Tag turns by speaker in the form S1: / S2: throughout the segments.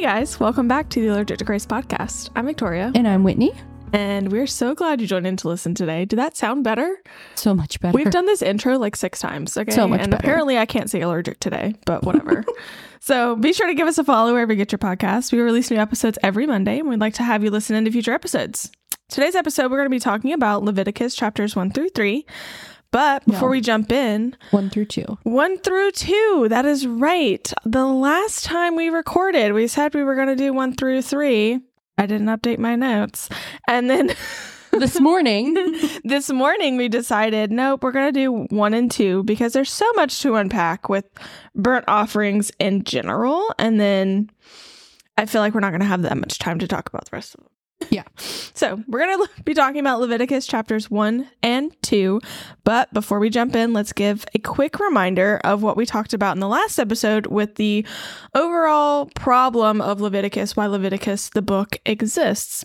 S1: guys, welcome back to the Allergic to Grace podcast. I'm Victoria,
S2: And I'm Whitney.
S1: and we're so glad you joined in to listen today. Did that sound better?
S2: So much better.
S1: We've done this intro like six times. Okay.
S2: So much
S1: and
S2: better.
S1: apparently I can't say allergic today, but whatever. so be sure to give us a follow wherever you get your podcast. We release new episodes every Monday, and we'd like to have you listen into future episodes. Today's episode, we're going to be talking about Leviticus chapters one through three. But before
S2: Yeah.
S1: we jump in,
S2: one through two.
S1: one through two, that is right. The last time we recorded, we said we were going to do one through three. I didn't update my notes. And then
S2: This morning,
S1: this morning we decided nope we're going to do one and two because there's so much to unpack with burnt offerings in general and then i feel like we're not going to have that much time to talk about the rest of them
S2: Yeah.
S1: so we're going to be talking about leviticus chapters one and two but before we jump in let's give a quick reminder of what we talked about in the last episode with the overall problem of leviticus why leviticus the book exists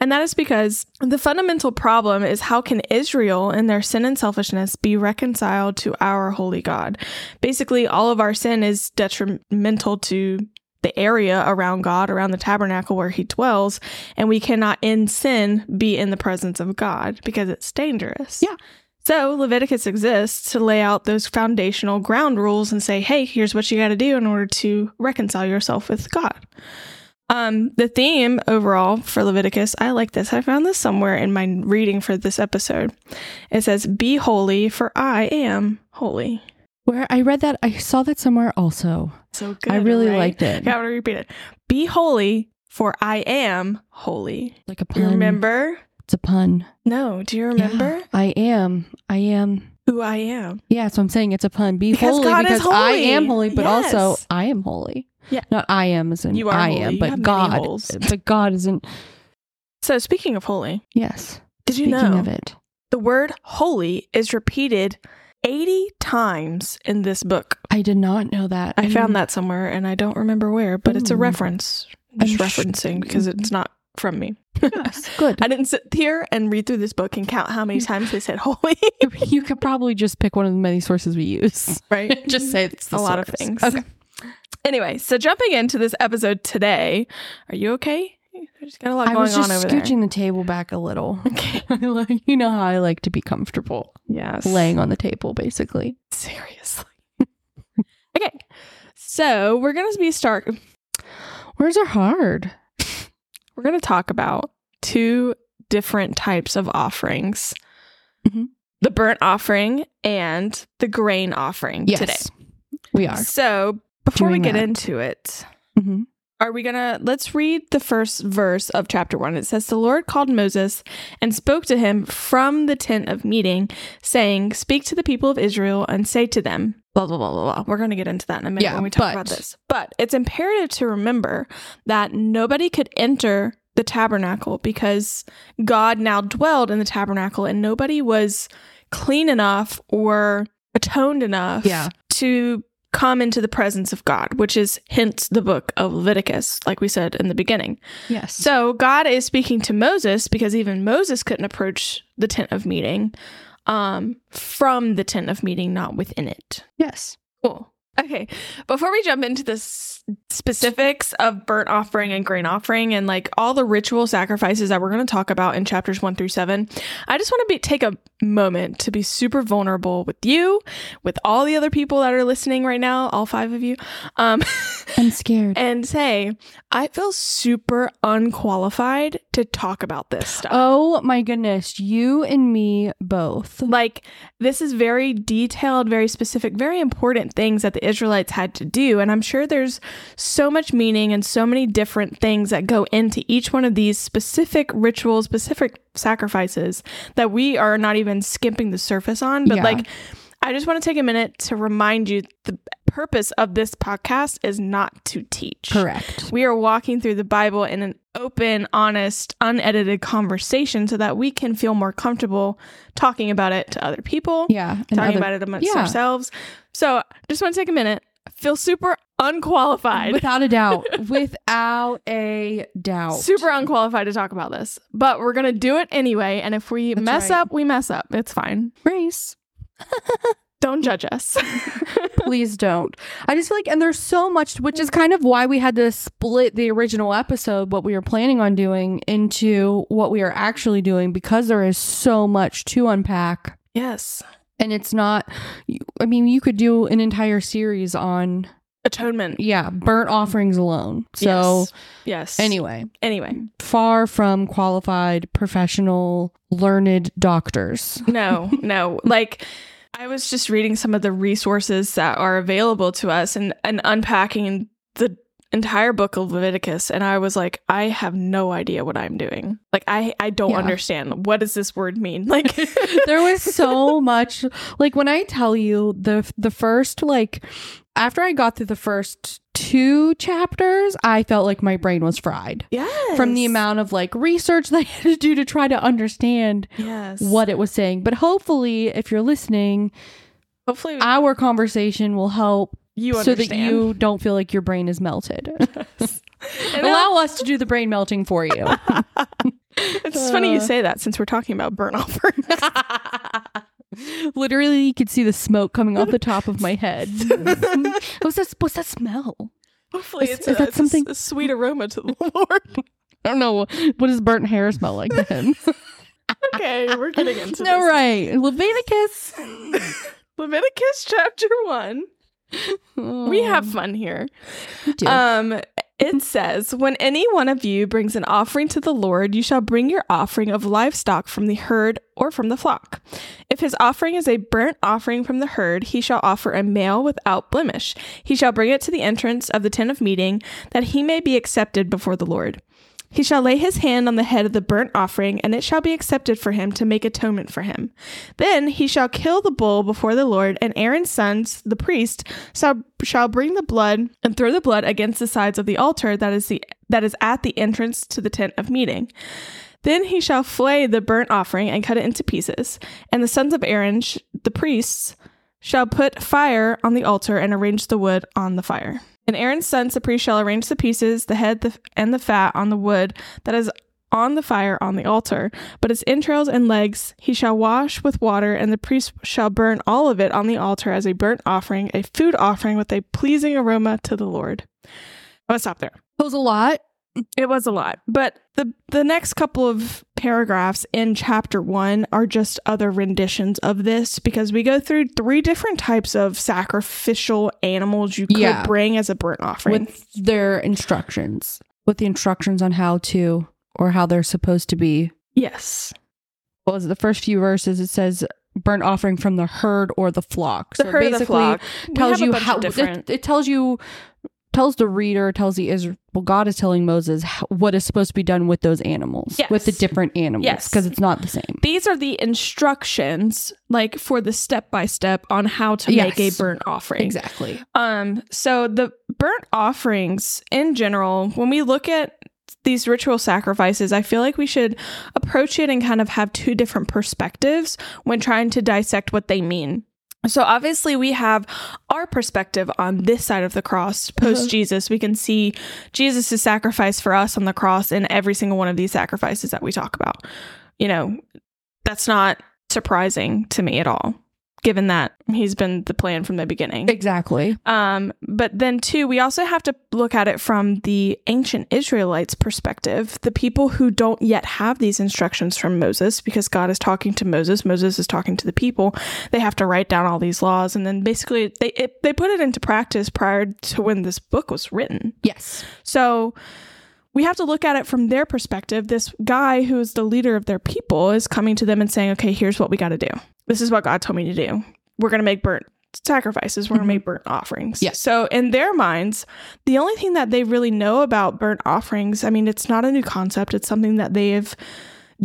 S1: and that is because the fundamental problem is how can Israel, in their sin and selfishness, be reconciled to our holy God? Basically, all of our sin is detrimental to the area around God, around the tabernacle where he dwells, and we cannot in sin be in the presence of God because it's dangerous.
S2: Yeah.
S1: So Leviticus exists to lay out those foundational ground rules and say, hey, here's what you got to do in order to reconcile yourself with God. Um, the theme overall for Leviticus, I like this. I found this somewhere in my reading for this episode. It says, Be holy, for I am holy.
S2: where I read that, I saw that somewhere also.
S1: So good.
S2: I really
S1: right?
S2: liked it.
S1: Okay, I'm going to repeat it. Be holy, for I am holy.
S2: Like a
S1: Do
S2: pun.
S1: you remember?
S2: It's a pun.
S1: No, do you remember
S2: Yeah. I am. I am.
S1: who I am?
S2: Yeah, so I'm saying it's a pun. Be
S1: Because
S2: holy
S1: God is
S2: because I
S1: holy.
S2: am holy, but also
S1: Yes.
S2: I am holy.
S1: Yeah.
S2: Not I am as in
S1: You are
S2: I
S1: holy.
S2: am,
S1: You have
S2: but
S1: many
S2: God.
S1: holes.
S2: But God isn't.
S1: So, speaking of holy,
S2: Yes.
S1: did you
S2: Speaking
S1: know
S2: of it.
S1: the word holy is repeated 80 times in this book?
S2: I did not know that.
S1: I found that somewhere and I don't remember where, but it's a
S2: Ooh.
S1: reference. I'm just
S2: I'm sh- mm.
S1: referencing because it's not from me.
S2: Yes, Good.
S1: I didn't sit here and read through this book and count how many times they said holy.
S2: you could probably just pick one of the many sources we use.
S1: Right.
S2: just say it's the
S1: a lot of
S2: source.
S1: things.
S2: Okay.
S1: Anyway, so jumping into this episode today, are you okay? There's got a lot
S2: I
S1: going
S2: was just
S1: on over
S2: scooching the table back a little.
S1: there. Okay.
S2: I like- you know how I like to be comfortable,
S1: Yes.
S2: laying on the table, basically.
S1: Seriously. okay. So we're gonna be start.
S2: Where's our hard?
S1: We're gonna talk about two different types of offerings.
S2: Mhm.
S1: The burnt offering and the grain offering today.
S2: Yes, we are.
S1: So before we
S2: Doing
S1: get
S2: that.
S1: into it,
S2: hmm
S1: are we gonna let's read the first verse of chapter one it says the lord called moses and spoke to him from the tent of meeting saying speak to the people of israel and say to them blah blah blah blah blah we're gonna get into that in a minute
S2: Yeah,
S1: when we talk
S2: but-
S1: about this but it's imperative to remember that nobody could enter the tabernacle because god now dwelled in the tabernacle and nobody was clean enough or atoned enough
S2: Yeah.
S1: to come into the presence of God, which is hence the book of Leviticus, like we said in the beginning.
S2: Yes. So
S1: So God is speaking to Moses because even Moses couldn't approach the tent of meeting um, from the tent of meeting, not within it.
S2: yes,
S1: Cool. Okay. Before we jump into the s- specifics of burnt offering and grain offering and like all the ritual sacrifices that we're going to talk about in chapters one through seven, I just want to be take a moment to be super vulnerable with you, with all the other people that are listening right now, all five of you, um,
S2: I'm scared.
S1: and say I feel super unqualified to talk about this stuff.
S2: oh my goodness, you and me both.
S1: Like, this is very detailed, very specific, very important things that the Israelites had to do. And I'm sure there's so much meaning and so many different things that go into each one of these specific rituals, specific sacrifices that we are not even skimping the surface on. But,
S2: Yeah.
S1: like, I just want to take a minute to remind you the purpose of this podcast is not to teach.
S2: Correct.
S1: We are walking through the Bible in an open, honest, unedited conversation so that we can feel more comfortable talking about it to other people,
S2: Yeah. and
S1: talking
S2: other-
S1: about it amongst
S2: yeah.
S1: ourselves. So just want to take a minute. I Feel super unqualified,
S2: Without a doubt. without a doubt.
S1: super unqualified to talk about this, but we're going to do it anyway. And if we
S2: That's
S1: mess
S2: right.
S1: up, we mess up. It's fine.
S2: race.
S1: Don't judge us.
S2: Please don't. I just feel like, and there's so much, which is kind of why we had to split the original episode, what we were planning on doing, into what we are actually doing, because there is so much to unpack.
S1: yes.
S2: And it's not, you- I mean, you could do an entire series on,
S1: Atonement.
S2: yeah, burnt offerings alone. So,
S1: yes. yes.
S2: anyway,
S1: Anyway.
S2: far from qualified, professional, learned doctors.
S1: No, no. Like I was just reading some of the resources that are available to us and, and unpacking the entire book of Leviticus and I was like, I have no idea what I'm doing. Like I I don't
S2: Yeah.
S1: understand. What does this word mean? Like
S2: there was so much like when i tell you the the first like after i got through the first two chapters i felt like my brain was fried
S1: Yes.
S2: from the amount of like research that i had to do to try to understand
S1: Yes.
S2: what it was saying but hopefully if you're listening
S1: hopefully
S2: our conversation will help
S1: Mm. you
S2: so
S1: understand.
S2: that you don't feel like your brain is melted
S1: And then-
S2: allow us to do the brain melting for you
S1: it's funny you
S2: Uh.
S1: say that since we're talking about burn offerings.
S2: Literally, you could see the smoke coming off the top of my head. what's that? What's that smell?
S1: Hopefully
S2: Is-
S1: it's,
S2: is
S1: a,
S2: that
S1: it's a s-
S2: something-
S1: a sweet aroma to the Lord.
S2: I don't know. What does burnt hair smell like then?
S1: okay, we're getting into
S2: no,
S1: this.
S2: right. Leviticus.
S1: Leviticus chapter 1.
S2: Oh,
S1: We have fun here.
S2: uh,
S1: Um, it says, When any one of you brings an offering to the Lord, you shall bring your offering of livestock from the herd or from the flock. If his offering is a burnt offering from the herd, he shall offer a male without blemish. He shall bring it to the entrance of the tent of meeting, that he may be accepted before the Lord. He shall lay his hand on the head of the burnt offering, and it shall be accepted for him to make atonement for him. Then he shall kill the bull before the Lord, and Aaron's sons, the priest, shall, shall bring the blood and throw the blood against the sides of the altar that is the that is at the entrance to the tent of meeting. Then he shall flay the burnt offering and cut it into pieces, and the sons of Aaron, sh- the priests, shall put fire on the altar and arrange the wood on the fire. And Aaron's sons, the priest, shall arrange the pieces, the head, the, and the fat on the wood that is on the fire on the altar. But its entrails and legs he shall wash with water, and the priest shall burn all of it on the altar as a burnt offering, a food offering with a pleasing aroma to the Lord. I'm gonna stop there.
S2: It was a lot.
S1: It was a lot, but the the next couple of paragraphs in chapter 1 are just other renditions of this because we go through three different types of sacrificial animals you could
S2: Yeah.
S1: bring as a burnt offering.
S2: with their instructions, with the instructions on how to or how they're supposed to be.
S1: yes.
S2: What was it, the first few verses? It says burnt offering from the herd or the flock.
S1: The herd of the flock We
S2: tells
S1: have a
S2: you
S1: bunch of
S2: how
S1: different.
S2: it, it tells you tells the reader tells the Israel well God is telling Moses how, what is supposed to be done with those animals with the
S1: Yes.
S2: different animals
S1: Yes.
S2: because it's not the same.
S1: these are the instructions like for the step by step on how to make a
S2: Yes.
S1: burnt offering.
S2: Exactly.
S1: Um, so the burnt offerings in general, when we look at these ritual sacrifices, I feel like we should approach it and kind of have two different perspectives when trying to dissect what they mean. So obviously we have our perspective on this side of the cross post Jesus. We can see Jesus' sacrifice for us on the cross in every single one of these sacrifices that we talk about. You know, that's not surprising to me at all, given that he's been the plan from the beginning.
S2: Exactly.
S1: Um, but then, too, we also have to look at it from the ancient Israelites' perspective, the people who don't yet have these instructions from Moses, because God is talking to Moses, Moses is talking to the people. They have to write down all these laws, and then basically they it, they put it into practice prior to when this book was written.
S2: Yes.
S1: So we have to look at it from their perspective. This guy who is the leader of their people is coming to them and saying, okay, here's what we got to do. This is what God told me to do. We're going to make burnt sacrifices. We're
S2: Mm-hmm.
S1: going to make burnt offerings.
S2: Yeah.
S1: So in their minds, the only thing that they really know about burnt offerings, I mean, it's not a new concept. It's something that they have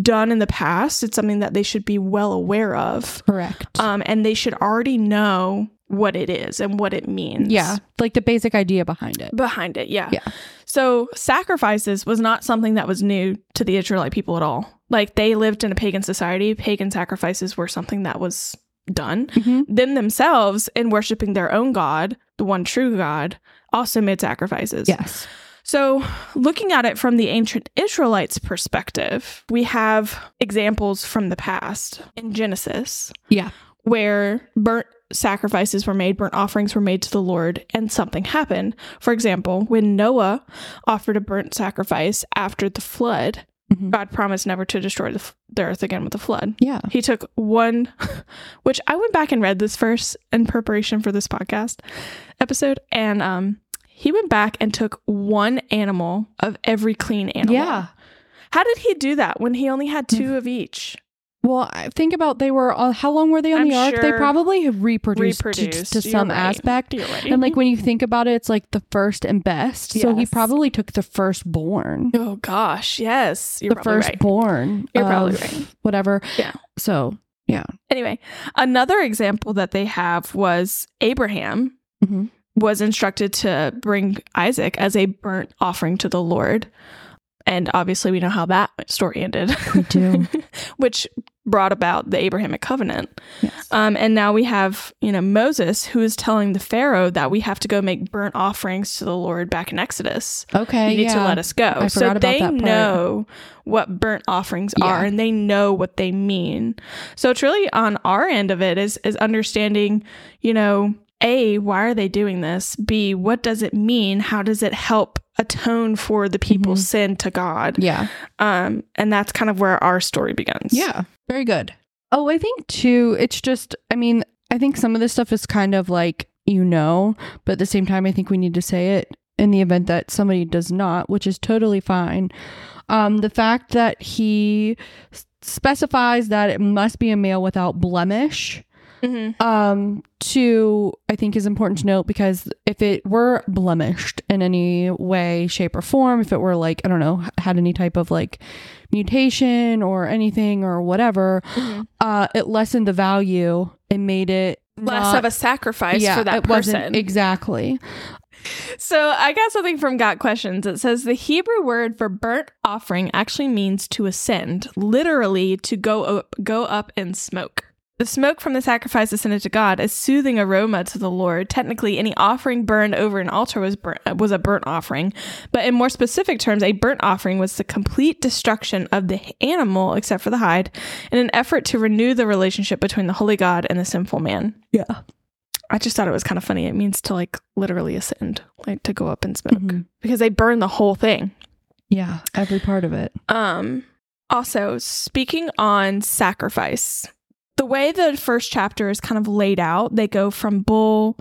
S1: done in the past. It's something that they should be well aware of.
S2: Correct.
S1: Um, and they should already know what it is and what it means
S2: yeah. Like the basic idea behind it.
S1: behind it yeah
S2: Yeah.
S1: so sacrifices was not something that was new to the israelite people at all like they lived in a pagan society pagan sacrifices were something that was done
S2: Mhm.
S1: them themselves in worshiping their own god the one true god also made sacrifices
S2: Yes.
S1: so, looking at it from the ancient Israelites' perspective, we have examples from the past in Genesis.
S2: Yeah.
S1: Where burnt sacrifices were made, burnt offerings were made to the Lord, and something happened. For example, when Noah offered a burnt sacrifice after the flood,
S2: Mhm.
S1: God promised never to destroy the, f- the earth again with a flood.
S2: Yeah.
S1: He took one, which I went back and read this verse in preparation for this podcast episode, and um, he went back and took one animal of every clean animal.
S2: Yeah. Hmm.
S1: How did he do that when he only had two of each?
S2: Well, I think about they were uh, how long were they on
S1: I'm
S2: the ark? They
S1: sure
S2: probably have reproduced,
S1: Reproduced.
S2: to, to
S1: You're
S2: some
S1: right.
S2: aspect.
S1: You're right.
S2: And like when you think about it, it's like the first and best. So he
S1: Yes.
S2: probably took the firstborn.
S1: oh gosh, yes, you're
S2: the
S1: probably right.
S2: firstborn.
S1: You're probably
S2: of
S1: right.
S2: Whatever.
S1: Yeah.
S2: So
S1: Anyway, another example that they have was Abraham
S2: Mhm.
S1: was instructed to bring Isaac as a burnt offering to the Lord. And obviously, we know how that story ended,
S2: we do.
S1: which brought about the Abrahamic covenant.
S2: yes.
S1: Um, and now we have, you know, Moses who is telling the Pharaoh that we have to go make burnt offerings to the Lord back in Exodus.
S2: Okay.
S1: You need
S2: Uh, yeah.
S1: to let us go.
S2: I
S1: so
S2: forgot about
S1: they
S2: that part.
S1: know what burnt offerings
S2: Yeah.
S1: are and they know what they mean. So it's really on our end of it is is understanding, you know, A, why are they doing this? B, what does it mean? How does it help atone for the people's
S2: Mhm.
S1: sin to God?
S2: Yeah.
S1: Um, and that's kind of where our story begins.
S2: Yeah. Very good. Oh, I think too, it's just, I mean, I think some of this stuff is kind of like, you know, but at the same time, I think we need to say it in the event that somebody does not, which is totally fine. Um, the fact that he s- specifies that it must be a male without blemish.
S1: hmm
S2: um to i think is important to note because if it were blemished in any way shape or form if it were like i don't know had any type of like mutation or anything or whatever uh it lessened the value it made it
S1: Less
S2: not-
S1: of a sacrifice
S2: Uh, yeah,
S1: for that
S2: it wasn't-
S1: person.
S2: exactly
S1: So I got something from Got Questions. It says the Hebrew word for burnt offering actually means to ascend, literally to go up, go up in smoke. The smoke from the sacrifice ascended to God, a soothing aroma to the Lord. Technically, any offering burned over an altar was burnt, was a burnt offering, but in more specific terms, a burnt offering was the complete destruction of the animal except for the hide, in an effort to renew the relationship between the holy God and the sinful man.
S2: yeah
S1: I just thought it was kind of funny. It means to like literally ascend, like to go up in smoke
S2: Mm-hmm.
S1: because they burn the whole thing.
S2: yeah every part of it
S1: Um also speaking on sacrifice. The way the first chapter is kind of laid out, they go from bull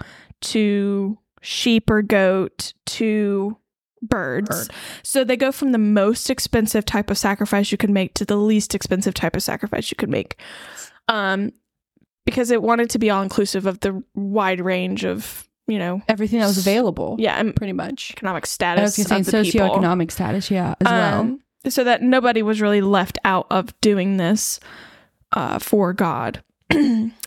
S1: to sheep or goat to birds. So they go from the most expensive type of sacrifice you can make to the least expensive type of sacrifice you could make. Um because it wanted to be all inclusive of the wide range of, you know,
S2: everything that was available
S1: yeah, and
S2: pretty much
S1: economic
S2: I
S1: status
S2: was gonna
S1: of
S2: say
S1: the people.
S2: socioeconomic status yeah as well
S1: Um, so that nobody was really left out of doing this uh, for God.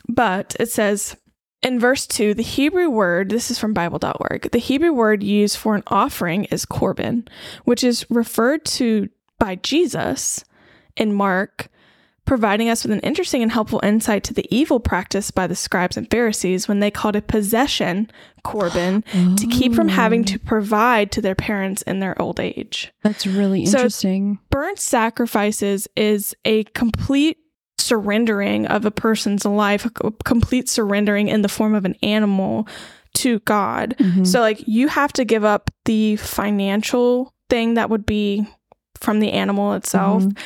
S1: but it says in verse 2, the Hebrew word, this is from Bible.org, the Hebrew word used for an offering is korban, which is referred to by Jesus in Mark, providing us with an interesting and helpful insight to the evil practice by the scribes and Pharisees when they called a possession korban to keep from having
S2: Oh,
S1: to provide to their parents in their old age.
S2: that's really
S1: So-
S2: interesting
S1: Burnt sacrifices is a complete surrendering of a person's life, a co- complete surrendering in the form of an animal to God.
S2: Mhm.
S1: So, like, you have to give up the financial thing that would be from the animal itself.
S2: Mhm.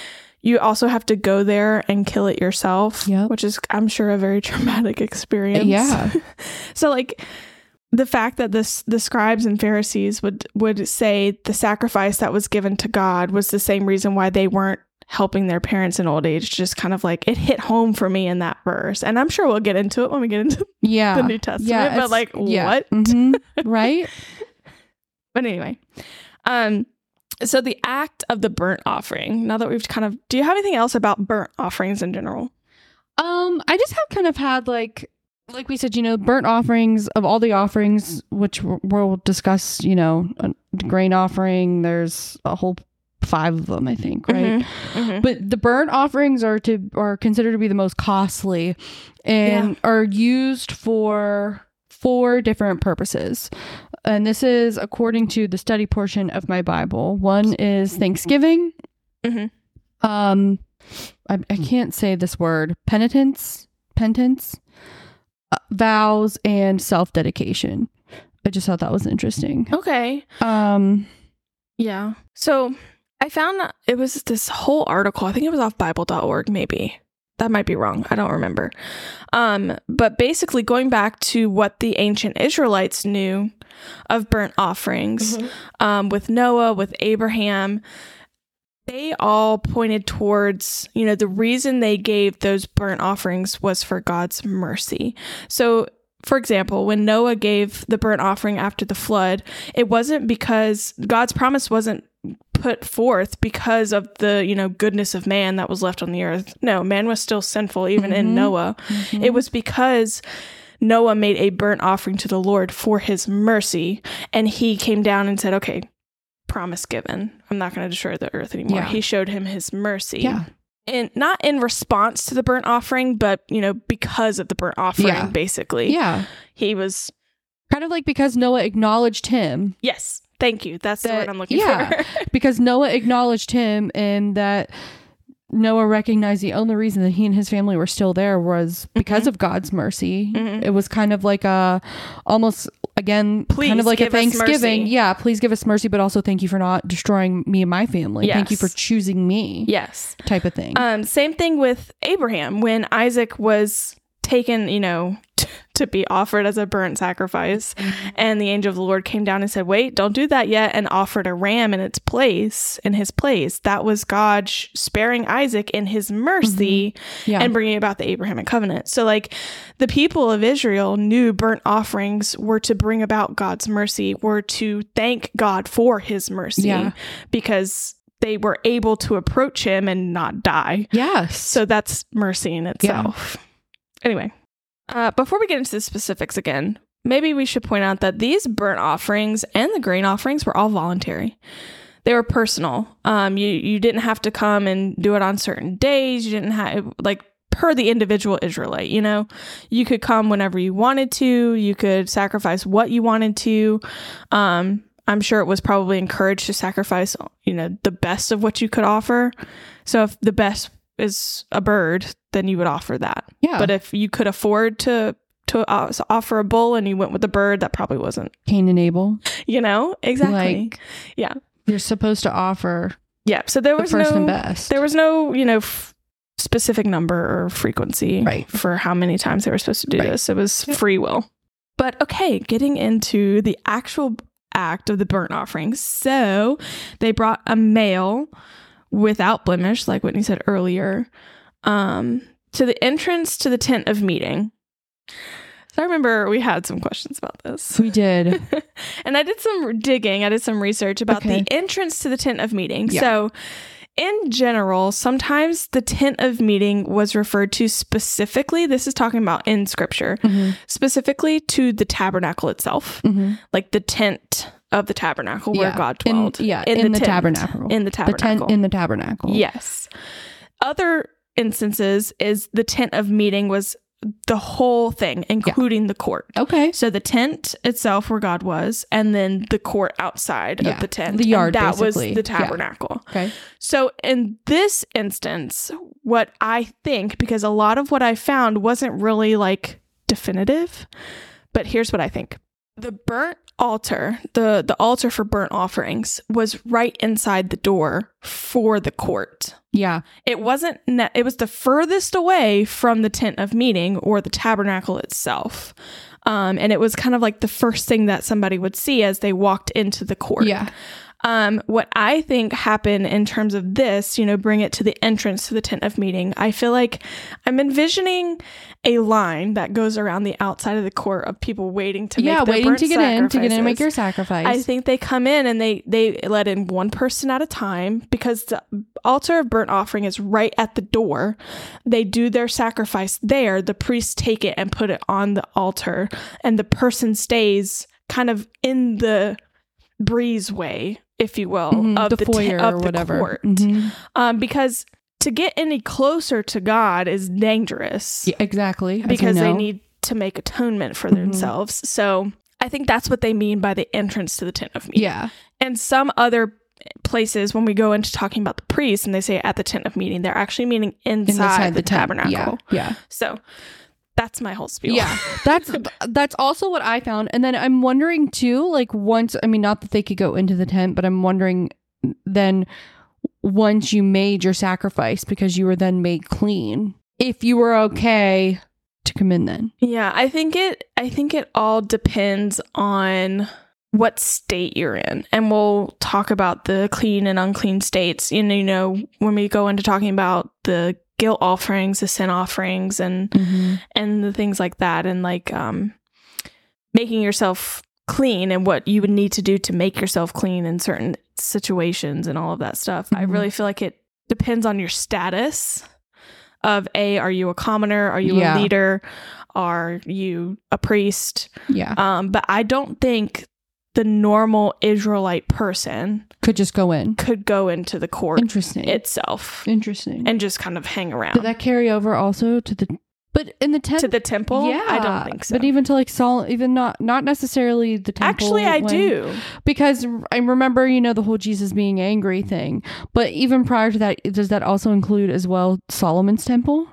S1: You also have to go there and kill it yourself,
S2: Yep.
S1: which is, I'm sure, a very traumatic experience.
S2: yeah
S1: So like the fact that this the scribes and Pharisees would would say the sacrifice that was given to God was the same reason why they weren't helping their parents in old age just kind of like it hit home for me in that verse and i'm sure we'll get into it when we get into
S2: yeah
S1: the new testament but
S2: it's-
S1: like
S2: Ah, yeah.
S1: what
S2: Mhm. right
S1: but anyway um so the act of the burnt offering now that we've kind of do you have anything else about burnt offerings in general
S2: um i just have kind of had like like we said you know burnt offerings of all the offerings which we'll- we'll discuss you know a grain offering there's a whole five of them i think right
S1: Mhm.
S2: but the burnt offerings are to are considered to be the most costly and are used for four different purposes and this is according to the study portion of my bible one is thanksgiving
S1: Mhm.
S2: um I, I can't say this word penitence penitence uh, vows and self dedication. I just thought that was interesting.
S1: Okay.
S2: Um,
S1: Yeah. So I found it was this whole article. I think it was off Bible.org, maybe. That might be wrong. I don't remember. Um, but basically, going back to what the ancient Israelites knew of burnt offerings um, with Noah, with Abraham, they all pointed towards, you know, the reason they gave those burnt offerings was for God's mercy. So, for example, when Noah gave the burnt offering after the flood, it wasn't because God's promise wasn't put forth because of the, you know, goodness of man that was left on the earth. No, man was still sinful even
S2: Mhm.
S1: in Noah.
S2: Mm-hmm.
S1: It was because Noah made a burnt offering to the Lord for his mercy, and he came down and said, Okay, promise given. I'm not going to destroy the earth anymore.
S2: Yeah.
S1: He showed him his mercy.
S2: yeah,
S1: And not in response to the burnt offering, but, you know, because of the burnt offering,
S2: Yeah.
S1: basically.
S2: yeah,
S1: He was,
S2: kind of like because Noah acknowledged him,
S1: yes, thank you. That's the
S2: That-
S1: word I'm looking
S2: yeah.
S1: for.
S2: because Noah acknowledged him, and that Noah recognized the only reason that he and his family were still there was because
S1: Mm-hmm.
S2: of God's mercy.
S1: Mhm.
S2: It was kind of like a almost again kind
S1: Please
S2: of like a
S1: give us mercy.
S2: thanksgiving. Yeah, please give us mercy, but also thank you for not destroying me and my family. Thank you for
S1: Yes.
S2: choosing me.
S1: yes.
S2: type of thing.
S1: Um, same thing with Abraham when Isaac was taken, you know, to be offered as a burnt sacrifice,
S2: Mm-hmm.
S1: and the angel of the Lord came down and said, "Wait, don't do that yet," and offered a ram in its place, in his place. That was God sh- sparing Isaac in His mercy
S2: Mm-hmm. yeah.
S1: and bringing about the Abrahamic covenant. So, like, the people of Israel knew burnt offerings were to bring about God's mercy, were to thank God for His mercy,
S2: Yeah.
S1: because they were able to approach Him and not die.
S2: yes.
S1: So that's mercy in itself. Anyway, uh, before we get into the specifics again, maybe we should point out that these burnt offerings and the grain offerings were all voluntary. They were personal. Um, you you didn't have to come and do it on certain days. You didn't have like per the individual Israelite. You know, you could come whenever you wanted to. You could sacrifice what you wanted to. Um, I'm sure it was probably encouraged to sacrifice, you know, the best of what you could offer. So if the best is a bird, then you would offer that.
S2: yeah.
S1: But if you could afford to to uh, offer a bull and you went with a bird, that probably wasn't.
S2: Cain and Abel.
S1: You know exactly.
S2: Like,
S1: Yeah.
S2: You're supposed to offer
S1: yeah. So there
S2: the
S1: was
S2: first
S1: no
S2: and best.
S1: there was no you know f- specific number or frequency
S2: Right.
S1: for how many times they were supposed to do
S2: Right.
S1: this. It was
S2: Yep.
S1: free will. But okay, getting into the actual act of the burnt offering. So they brought a male without blemish, like Whitney said earlier, um, to the entrance to the tent of meeting. So I remember we had some questions about this.
S2: we did.
S1: And I did some digging, I did some research about
S2: Okay.
S1: the entrance to the tent of meeting.
S2: Yeah.
S1: So, in general, sometimes the tent of meeting was referred to specifically, this is talking about in scripture,
S2: Mhm.
S1: specifically to the tabernacle itself,
S2: Mhm.
S1: like the tent of the tabernacle where
S2: Yeah.
S1: God
S2: In-
S1: dwelled.
S2: yeah, in the
S1: tent,
S2: tabernacle.
S1: In the
S2: The
S1: tabernacle.
S2: tent in the tabernacle.
S1: Yes. Other instances is the tent of meeting was the whole thing, including the court.
S2: Okay.
S1: So the tent itself where God was, and then the court outside
S2: Yeah,
S1: of the tent.
S2: the
S1: and
S2: yard,
S1: that
S2: basically.
S1: was the
S2: Yeah.
S1: tabernacle.
S2: Okay.
S1: So in this instance, what I think, because a lot of what I found wasn't really like definitive, but here's what I think. The burnt altar, the, the altar for burnt offerings, was right inside the door for the court.
S2: Yeah.
S1: It wasn't, ne- it was the furthest away from the tent of meeting or the tabernacle itself. Um, and it was kind of like the first thing that somebody would see as they walked into the court.
S2: Yeah.
S1: Um, what I think happened in terms of this, you know, bring it to the entrance to the tent of meeting, I feel like I'm envisioning a line that goes around the outside of the court of people waiting to
S2: yeah.
S1: make their
S2: Waiting
S1: burnt
S2: to get in, to get in and make
S1: sacrifices.
S2: your sacrifice.
S1: I think they come in and they they let in one person at a time because the altar of burnt offering is right at the door. They do their sacrifice there. The priests take it and put it on the altar, and the person stays kind of in the breezeway, if you will,
S2: Mhm.
S1: of
S2: the,
S1: the,
S2: foyer
S1: ta- of
S2: or
S1: the
S2: whatever.
S1: court.
S2: Mhm.
S1: Um, because to get any closer to God is dangerous
S2: Yeah, exactly. as we
S1: because they
S2: know.
S1: need to make atonement for
S2: Mhm.
S1: themselves. So I think that's what they mean by the entrance to the tent of meeting.
S2: Yeah.
S1: And some other places, when we go into talking about the priests and they say at the tent of meeting, they're actually meaning inside, the,
S2: tent.
S1: tabernacle.
S2: Yeah. Yeah.
S1: So That's my whole spiel.
S2: Yeah, that's that's also what I found. And then I'm wondering too, like once I mean, not that they could go into the tent, but I'm wondering then once you made your sacrifice because you were then made clean, if you were okay to come in then.
S1: Yeah, I think it I think it all depends on what state you're in. And we'll talk about the clean and unclean states. And you know, when we go into talking about the guilt offerings, the sin offerings and and the things like that and like um making yourself clean and what you would need to do to make yourself clean in certain situations and all of that stuff. I
S2: Mhm.
S1: really feel like it depends on your status of a are you a commoner, are you a
S2: Yeah.
S1: leader, are you a priest?
S2: Yeah,
S1: Um but I don't think the normal Israelite person
S2: could just go in.
S1: could go into the court
S2: Interesting.
S1: itself
S2: interesting.
S1: and just kind of hang around
S2: Did that carry over also to the? But in the tent,
S1: to the temple.
S2: yeah,
S1: I don't think so.
S2: But even to like Saul, even not not necessarily the temple.
S1: Actually, I
S2: when-
S1: do.
S2: because I remember, you know, the whole Jesus being angry thing. But even prior to that, does that also include as well Solomon's temple?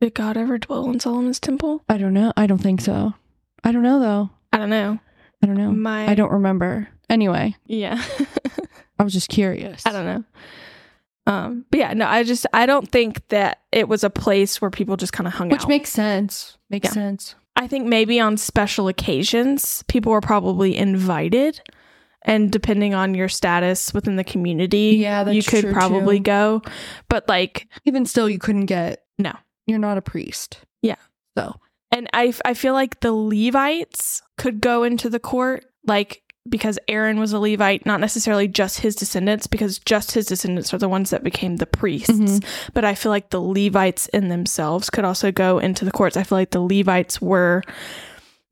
S1: Did God ever dwell in Solomon's temple?
S2: I don't know. I don't think so. I don't know though.
S1: I don't know.
S2: I don't know.
S1: My
S2: I don't remember. Anyway,
S1: yeah.
S2: I was just curious.
S1: I don't know. Um, but yeah, no, I just I don't think that it was a place where people just kind of hung
S2: Which
S1: out.
S2: makes sense. Makes
S1: Yeah.
S2: sense.
S1: I think maybe on special occasions, people were probably invited, and depending on your status within the community,
S2: Yeah, that's
S1: you could
S2: true,
S1: probably
S2: too.
S1: go. But like,
S2: Even still, you couldn't get.
S1: No.
S2: You're not a priest.
S1: Yeah.
S2: So.
S1: and I I feel like the Levites could go into the court, like because Aaron was a Levite, not necessarily just his descendants, because just his descendants are the ones that became the priests.
S2: Mhm.
S1: But I feel like the Levites in themselves could also go into the courts. I feel like the Levites were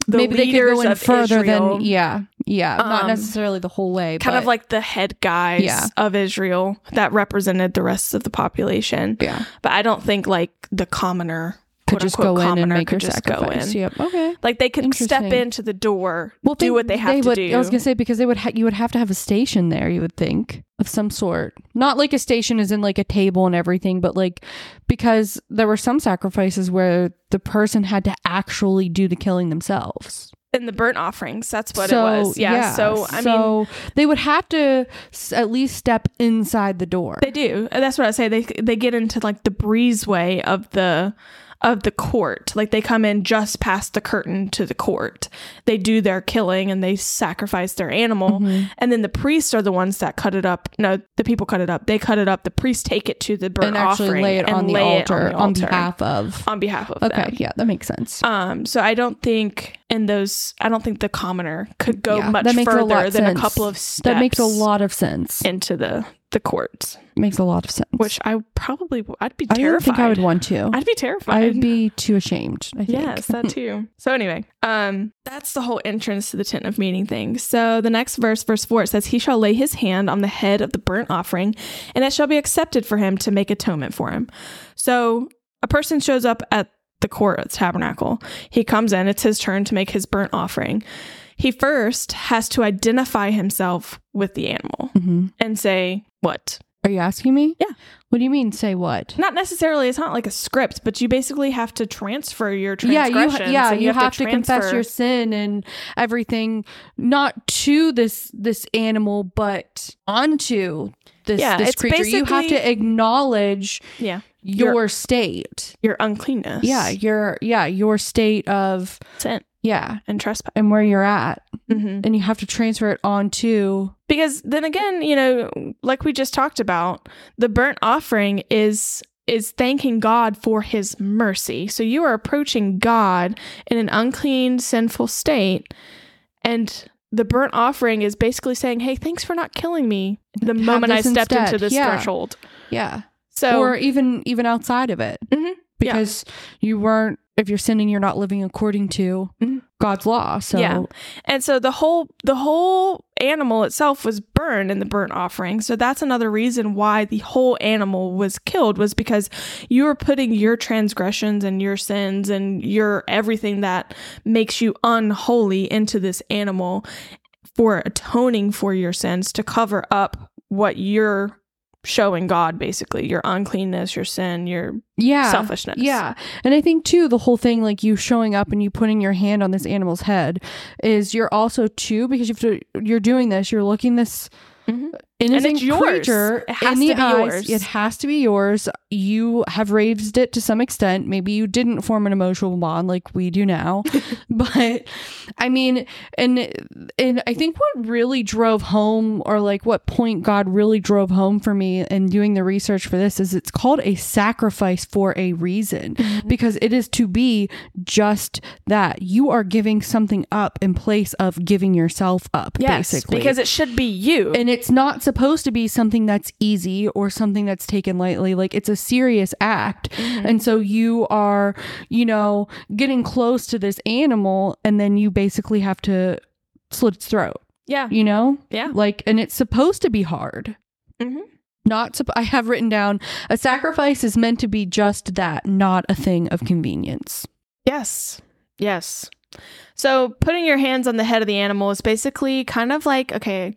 S1: the
S2: Maybe they could
S1: leaders
S2: go in
S1: of
S2: further
S1: Israel,
S2: than. Yeah. Yeah. not
S1: Um,
S2: necessarily the whole way.
S1: kind of
S2: but-
S1: like the head guys
S2: Yeah.
S1: of Israel that represented the rest of the population.
S2: Yeah.
S1: But I don't think like the commoner
S2: Could
S1: quote
S2: just
S1: unquote,
S2: go in and
S1: commoner
S2: make
S1: could
S2: your
S1: just
S2: sacrifice. Yep. Okay.
S1: Like they could step
S2: Interesting.
S1: into the door,
S2: well,
S1: do
S2: think
S1: what they have to
S2: would,
S1: do.
S2: I was gonna say because they would ha- you would have to have a station there. You would think of some sort, not like a station is in like a table and everything, but like because there were some sacrifices where the person had to actually do the killing themselves.
S1: in the burnt offerings. That's what
S2: so,
S1: it was. Yeah. So I mean,
S2: so they would have to s- at least step inside the door.
S1: they do. And That's what I say. They they get into like the breezeway of the of the court. Like they come in just past the curtain to the court. They do their killing and they sacrifice their animal.
S2: Mhm.
S1: And then the priests are the ones that cut it up. No, the people cut it up. They cut it up. The priests take it to the burnt
S2: and actually
S1: offering
S2: lay it,
S1: and
S2: on the,
S1: lay it
S2: altar,
S1: the
S2: on
S1: altar
S2: behalf of.
S1: on behalf of
S2: Okay,
S1: them.
S2: yeah, that makes sense.
S1: Um, so I don't think in those, I don't think the commoner could go
S2: Yeah,
S1: much
S2: that makes a lot
S1: further than
S2: sense.
S1: a couple of steps.
S2: that makes a lot of sense.
S1: into the the courts,
S2: makes a lot of sense.
S1: which I probably w- I'd be
S2: I don't
S1: terrified.
S2: think I would want to.
S1: I'd be
S2: I
S1: terrified.
S2: would be too ashamed. I think.
S1: Yes, that too. So anyway, um, that's the whole entrance to the tent of meeting thing. So the next verse, verse four, it says, "He shall lay his hand on the head of the burnt offering, and it shall be accepted for him to make atonement for him." So a person shows up at the court of the tabernacle. He comes in. It's his turn to make his burnt offering. He first has to identify himself with the animal
S2: Mhm.
S1: and say what
S2: Are you asking me?
S1: Yeah.
S2: What do you mean? Say what?
S1: not necessarily it's not like a script but you basically have to transfer your
S2: Yeah, you
S1: transgressions
S2: yeah
S1: and
S2: you, have, to, confess
S1: transfer-
S2: your sin and everything, not to this this animal, but onto this
S1: Yeah,
S2: this
S1: it's
S2: creature. You have to
S1: basically-
S2: acknowledge
S1: yeah
S2: your,
S1: Your-
S2: state.
S1: your uncleanness
S2: Yeah, your yeah your state of
S1: sin
S2: yeah
S1: and trespass
S2: and where you're at,
S1: mm-hmm.
S2: and you have to transfer it onto
S1: because then again you know like we just talked about the burnt offering is is thanking god for his mercy so you are approaching god in an unclean sinful state and the burnt offering is basically saying hey thanks for not killing me the
S2: Have
S1: moment i
S2: this
S1: stepped
S2: instead.
S1: into this
S2: Yeah.
S1: threshold
S2: yeah.
S1: so
S2: or even even outside of it
S1: Mhm. Yeah.
S2: because you weren't if you're sinning you're not living according to
S1: Mhm.
S2: god's law so
S1: Yeah. And so the whole the whole animal itself was burned in the burnt offering. So that's another reason why the whole animal was killed was because you were putting your transgressions and your sins and your everything that makes you unholy into this animal for atoning for your sins to cover up what your showing God basically your uncleanness, your sin, your
S2: yeah
S1: selfishness.
S2: Yeah. And I think too the whole thing like you showing up and you putting your hand on this animal's head is you're also too because you have to you're doing this, you're looking this
S1: Mhm.
S2: innocent
S1: it's yours.
S2: creature
S1: It has
S2: in the
S1: to be
S2: eyes.
S1: yours.
S2: It has to be yours. You have raised it to some extent. Maybe you didn't form an emotional bond like we do now. but I mean, and and I think what really drove home or like what point God really drove home for me in doing the research for this is it's called a sacrifice for a reason
S1: Mm-hmm.
S2: because it is to be just that you are giving something up in place of giving yourself up
S1: Yes,
S2: basically
S1: because it should be you.
S2: and it's not supposed to be something that's easy or something that's taken lightly like it's a serious act
S1: Mm-hmm.
S2: and so you are you know getting close to this animal and then you basically have to slit its throat
S1: yeah.
S2: you know
S1: Yeah.
S2: like and it's supposed to be hard
S1: Mhm.
S2: not supp- i have written down a sacrifice is meant to be just that not a thing of convenience
S1: Yes. Yes. So putting your hands on the head of the animal is basically kind of like, okay,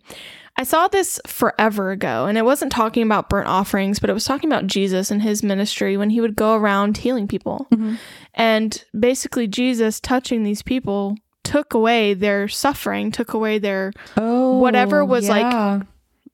S1: I saw this forever ago, and it wasn't talking about burnt offerings, but it was talking about Jesus and his ministry when he would go around healing people.
S2: Mhm.
S1: And basically, Jesus touching these people took away their suffering, took away their
S2: oh
S1: Whatever was, like,
S2: like Mm-hmm.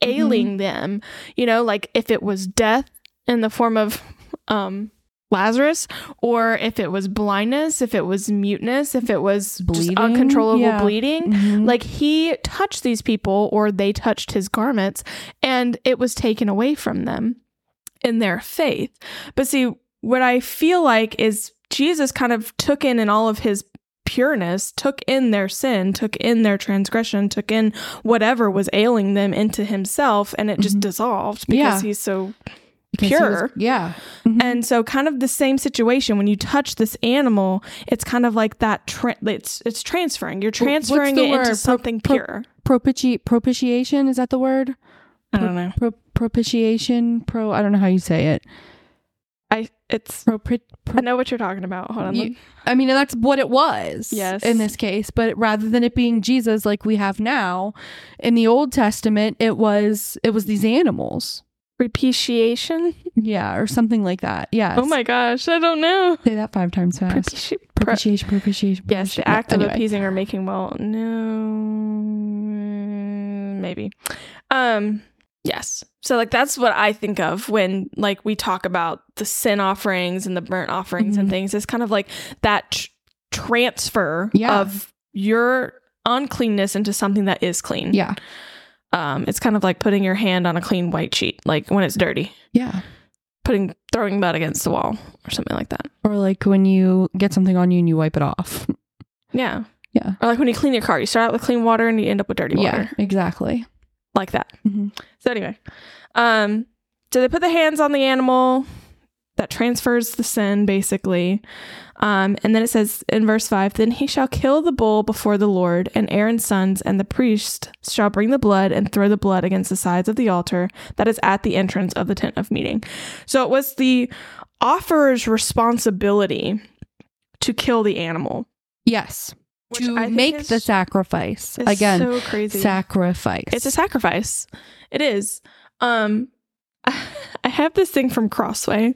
S1: ailing them. You know, like if it was death in the form of um Lazarus, or if it was blindness, if it was muteness, if it was
S2: Bleeding?
S1: just uncontrollable
S2: Yeah.
S1: bleeding. Mm-hmm.
S2: Mm-hmm.
S1: Like he touched these people or they touched his garments and it was taken away from them in their faith. But see, what I feel like is Jesus kind of took in in all of his pureness, took in their sin, took in their transgression, took in whatever was ailing them into himself and it just
S2: Mhm.
S1: dissolved because
S2: Yeah.
S1: he's so
S2: Because he was-
S1: pure.
S2: yeah Mhm.
S1: and so, kind of the same situation when you touch this animal, it's kind of like that. Tra- it's it's transferring. You're
S2: what's
S1: transferring
S2: the
S1: it
S2: word? Pro-
S1: into something
S2: pro-
S1: pure.
S2: propiti- propitiation is that the word
S1: I don't know.
S2: pro- propitiation pro i don't know how you say it
S1: I it's.
S2: Propri-
S1: I
S2: pro-
S1: know what you're talking about. Hold on.
S2: You- i mean that's what it was
S1: Yes.
S2: in this case but rather than it being jesus like we have now in the old testament it was it was these animals
S1: Propitiation.
S2: yeah or something like that yeah
S1: Oh my gosh, I don't know.
S2: say that five times fast
S1: Propiti- pro-
S2: propitiation propitiation
S1: yes, the
S2: propitiation.
S1: act of
S2: Anyway.
S1: appeasing or making well. No, maybe. Um. Yes. So like that's what I think of when like we talk about the sin offerings and the burnt offerings and
S2: Mhm.
S1: things. It's kind of like that tr- transfer
S2: Yeah.
S1: of your uncleanness into something that is clean.
S2: yeah
S1: Um, it's kind of like putting your hand on a clean white sheet, like when it's dirty,
S2: yeah
S1: putting throwing that against the wall or something like that.
S2: or like when you get something on you and you wipe it off
S1: Yeah.
S2: Yeah.
S1: Or like when you clean your car, you start out with clean water and you end up with dirty
S2: yeah
S1: water.
S2: exactly
S1: Like that.
S2: Mhm.
S1: So anyway. Um so they put the hands on the animal that transfers the sin basically. Um and then it says in verse 5, then he shall kill the bull before the Lord and Aaron's sons and the priest shall bring the blood and throw the blood against the sides of the altar that is at the entrance of the tent of meeting. So it was the offerer's responsibility to kill the animal.
S2: yes
S1: which I
S2: to
S1: think
S2: make
S1: is
S2: the sacrifice
S1: It's
S2: again
S1: so crazy.
S2: sacrifice
S1: it's a sacrifice. It is. Um, I have this thing from Crossway.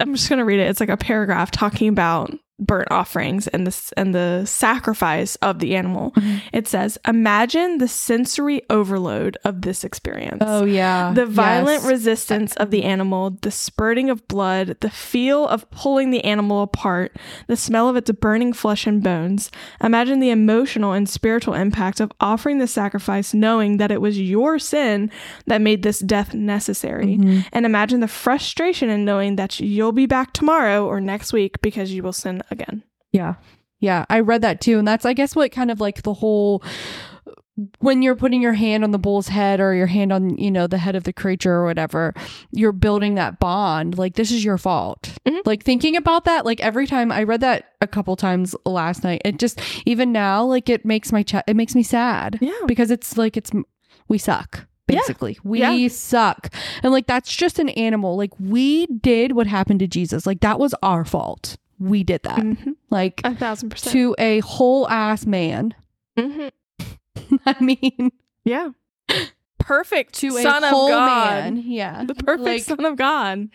S1: I'm just gonna read it. It's like a paragraph talking about burnt offerings and this and the sacrifice of the animal.
S2: Mhm.
S1: It says, "Imagine the sensory overload of this experience."
S2: oh yeah
S1: The violent
S2: Yes.
S1: resistance of the animal, the spurting of blood, the feel of pulling the animal apart, the smell of its burning flesh and bones. Imagine the emotional and spiritual impact of offering the sacrifice, knowing that it was your sin that made this death necessary.
S2: Mhm.
S1: And imagine the frustration in knowing that you'll be back tomorrow or next week because you will sin again.
S2: yeah yeah i read that too and that's i guess what kind of like the whole when you're putting your hand on the bull's head or your hand on you know the head of the creature or whatever you're building that bond like this is your fault
S1: Mhm.
S2: like thinking about that like every time i read that a couple times last night it just even now like it makes my ch- it makes me sad
S1: Yeah.
S2: because it's like it's we suck
S1: Yeah.
S2: basically we
S1: Yeah.
S2: suck and like that's just an animal like we did what happened to jesus like that was our fault we did that
S1: Mhm.
S2: like
S1: A thousand percent.
S2: to a
S1: Mm-hmm.
S2: whole ass man
S1: Mhm.
S2: i mean
S1: Yeah. perfect
S2: to
S1: son
S2: a whole
S1: of God.
S2: man. Yeah.
S1: The perfect
S2: Like-
S1: son of God.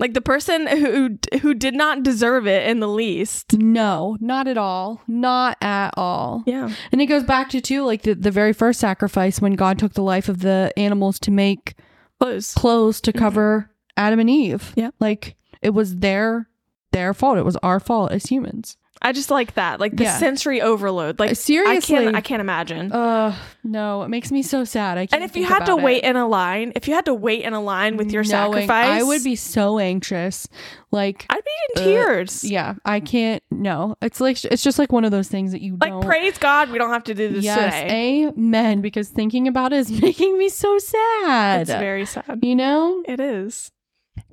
S1: Like the person who who did not deserve it in the least.
S2: No, not at all. Not at all.
S1: Yeah.
S2: And it goes back to too, like the, the very first sacrifice when God took the life of the animals to make
S1: Close.
S2: clothes to cover Adam and Eve.
S1: Yeah.
S2: Like it was their their fault. It was our fault as humans.
S1: I just like that. Like the
S2: Yeah.
S1: sensory overload. Like
S2: Seriously.
S1: I can't I can't imagine.
S2: uh no, it makes me so sad. I can't
S1: and if you
S2: think
S1: had to
S2: about it.
S1: wait in a line, if you had to wait in a line with your
S2: Knowing-
S1: sacrifice,
S2: I would be so anxious. Like
S1: I'd be in
S2: Uh,
S1: tears.
S2: yeah, I can't no. It's like it's just like one of those things that you
S1: Like
S2: don't
S1: praise God, we don't have to do this
S2: Yes,
S1: today.
S2: amen. Because thinking about it is making me so sad.
S1: It's very sad.
S2: you know?
S1: It is.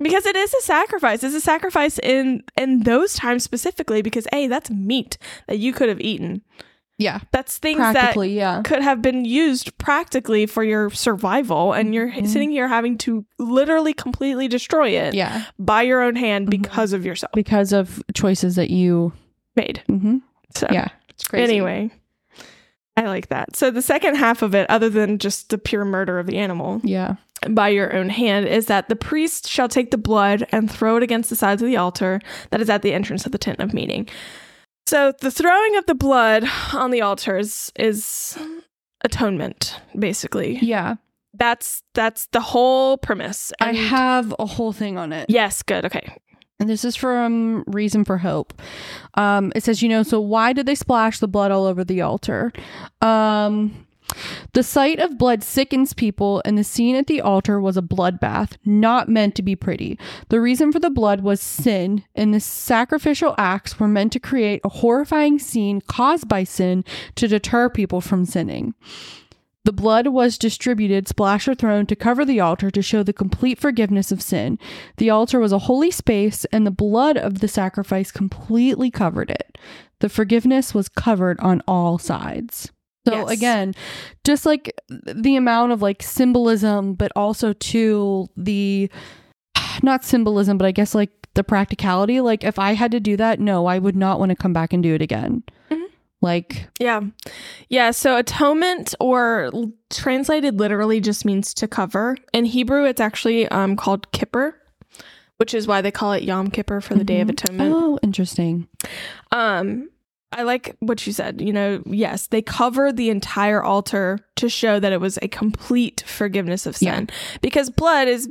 S1: Because it is a sacrifice. It's a sacrifice in in those times specifically because a that's meat that you could have eaten.
S2: Yeah.
S1: That's things that
S2: Practically, yeah.
S1: could have been used practically for your survival and you're h
S2: Mhm.
S1: sitting here having to literally completely destroy it
S2: Yeah.
S1: by your own hand
S2: Mhm.
S1: because of yourself
S2: Because of choices that you
S1: made.
S2: mm-hmm.
S1: So
S2: Yeah. It's crazy.
S1: anyway, I like that. So the second half of it other than just the pure murder of the animal,
S2: Yeah.
S1: by your own hand is that the priest shall take the blood and throw it against the sides of the altar that is at the entrance of the tent of meeting. So the throwing of the blood on the altars is atonement, basically.
S2: Yeah.
S1: That's that's the whole premise.
S2: I
S1: And-
S2: have a whole thing on it.
S1: Yes, good. Okay.
S2: And this is from Reason for Hope. Um, it says, you know, so why did they splash the blood all over the altar? Um, the sight of blood sickens people, and the scene at the altar was a bloodbath, not meant to be pretty. The reason for the blood was sin, and the sacrificial acts were meant to create a horrifying scene caused by sin to deter people from sinning. The blood was distributed, splash or thrown to cover the altar to show the complete forgiveness of sin. The altar was a holy space, and the blood of the sacrifice completely covered it. The forgiveness was covered on all sides. So
S1: Yes.
S2: again, just like the amount of like symbolism, but also to the not symbolism, but I guess like the practicality. Like if I had to do that, no, I would not want to come back and do it again.
S1: Mhm.
S2: Like
S1: Yeah. Yeah. So atonement, or l- translated literally, just means to cover. In Hebrew, it's actually um, called kippur, which is why they call it Yom Kippur for the Day of
S2: Mhm.
S1: Atonement.
S2: oh, interesting.
S1: Um, I like what you said. You know, yes, they covered the entire altar to show that it was a complete forgiveness of sin because blood is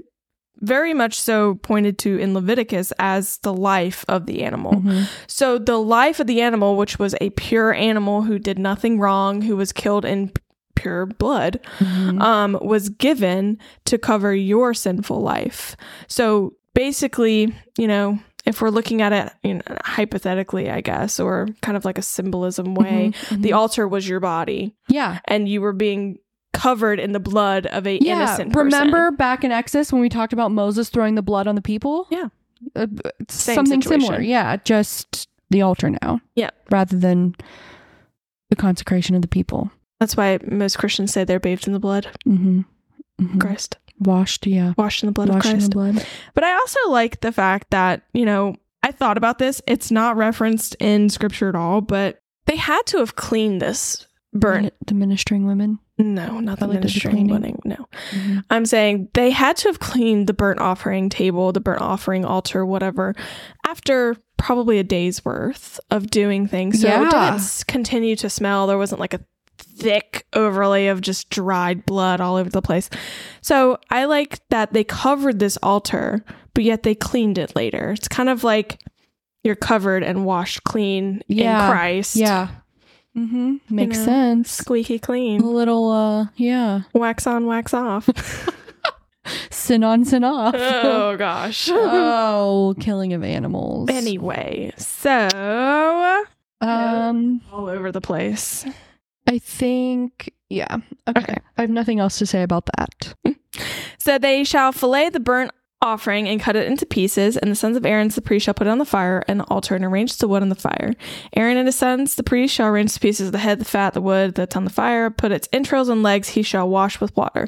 S1: very much so pointed to in Leviticus as the life of the animal.
S2: Mhm.
S1: So the life of the animal, which was a pure animal who did nothing wrong, who was killed in p- pure blood,
S2: Mhm.
S1: um, was given to cover your sinful life. So basically, you know, if we're looking at it you know, hypothetically, I guess, or kind of like a symbolism way,
S2: Mhm,
S1: the
S2: mhm.
S1: altar was your body,
S2: yeah
S1: and you were being covered in the blood of a
S2: yeah.
S1: innocent person.
S2: Remember back in Exodus when we talked about Moses throwing the blood on the people?
S1: Yeah.
S2: Uh, b- it's
S1: Same
S2: something
S1: situation.
S2: similar. Yeah, just the altar now.
S1: Yeah.
S2: rather than the consecration of the people.
S1: That's why most Christians say they're bathed in the blood of
S2: Mm-hmm.
S1: Christ,
S2: Washed, yeah,
S1: washed in the blood
S2: washed
S1: of
S2: in
S1: Christ.
S2: the blood.
S1: But I also like the fact that, you know, I thought about this. It's not referenced in scripture at all, but they had to have cleaned this burn.
S2: The ministering women.
S1: No, not the
S2: Probably did the
S1: ministering
S2: cleaning.
S1: wedding. No. I'm saying they had to have cleaned the burnt offering table, the burnt offering altar, whatever, after probably a day's worth of doing things. So it
S2: Yeah.
S1: didn't s- continue to smell. There wasn't like a thick overlay of just dried blood all over the place. So I like that they covered this altar, but yet they cleaned it later. It's kind of like you're covered and washed clean
S2: Yeah.
S1: in Christ.
S2: Yeah. Mm-hmm. Makes
S1: know.
S2: sense.
S1: Squeaky
S2: A
S1: clean.
S2: little, uh, yeah,
S1: Wax on, wax off.
S2: sin on, sin off.
S1: oh gosh.
S2: Oh, killing of animals.
S1: Anyway, so
S2: Um,
S1: all over the place.
S2: I think, yeah. Okay.
S1: Okay.
S2: I have nothing else to say about that.
S1: So they shall fillet the burnt offering and cut it into pieces, and the sons of Aaron, the priest, shall put it on the fire and the altar and arrange the wood on the fire. Aaron and his sons, the priest, shall arrange the pieces of the head, the fat, the wood that's on the fire, put its entrails and legs, he shall wash with water.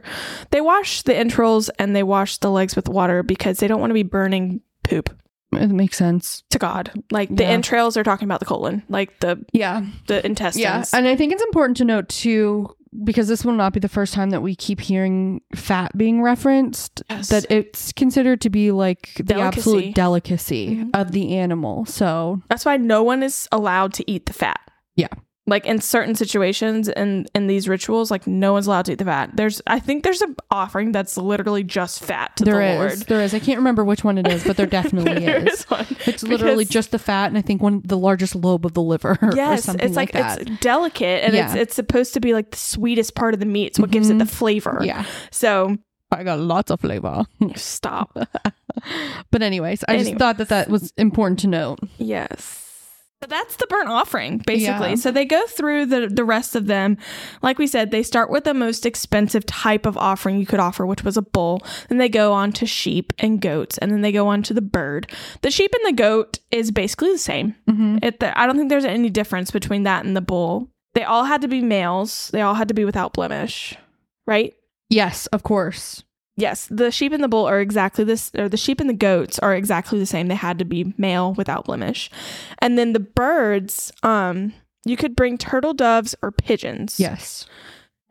S1: They wash the entrails and they wash the legs with water because they don't want to be burning poop
S2: It makes sense.
S1: to God. Like the
S2: Yeah.
S1: entrails are talking about the colon, like the
S2: Yeah.
S1: the intestines.
S2: Yeah. And I think it's important to note, too, because this will not be the first time that we keep hearing fat being referenced,
S1: Yes.
S2: that it's considered to be like the
S1: Delicacy.
S2: absolute delicacy
S1: Mhm.
S2: of the animal. So,
S1: That's why no one is allowed to eat the fat.
S2: Yeah.
S1: Like in certain situations and in these rituals, like no one's allowed to eat the fat. There's, I think there's an offering that's literally just fat to
S2: there
S1: the
S2: is, Oh,
S1: Lord.
S2: There is. I can't remember which one it is, but there definitely
S1: There
S2: is.
S1: one.
S2: It's literally
S1: Because-
S2: just the fat, and I think one the largest lobe of the liver. or
S1: yes.
S2: something
S1: It's like,
S2: like, that.
S1: it's delicate and it's
S2: Yeah.
S1: it's supposed to be like the sweetest part of the meat. It's what gives it the
S2: Mhm.
S1: flavor.
S2: yeah,
S1: So
S2: I got lots of flavor.
S1: stop.
S2: But anyways, I just
S1: Anyways.
S2: thought that that was important to note.
S1: Yes. So that's the burnt offering, basically.
S2: Yeah.
S1: So they go through the, the rest of them. Like we said, they start with the most expensive type of offering you could offer, which was a bull. Then they go on to sheep and goats, and then they go on to the bird. The sheep and the goat is basically the same.
S2: Mm-hmm.
S1: It, I don't think there's any difference between that and the bull. They all had to be males, they all had to be without blemish, right?
S2: Yes, of course.
S1: Yes, the sheep and the bull are exactly this, or the sheep and the goats are exactly the same. They had to be male without blemish, and then the birds. Um, you could bring turtle doves or pigeons.
S2: Yes,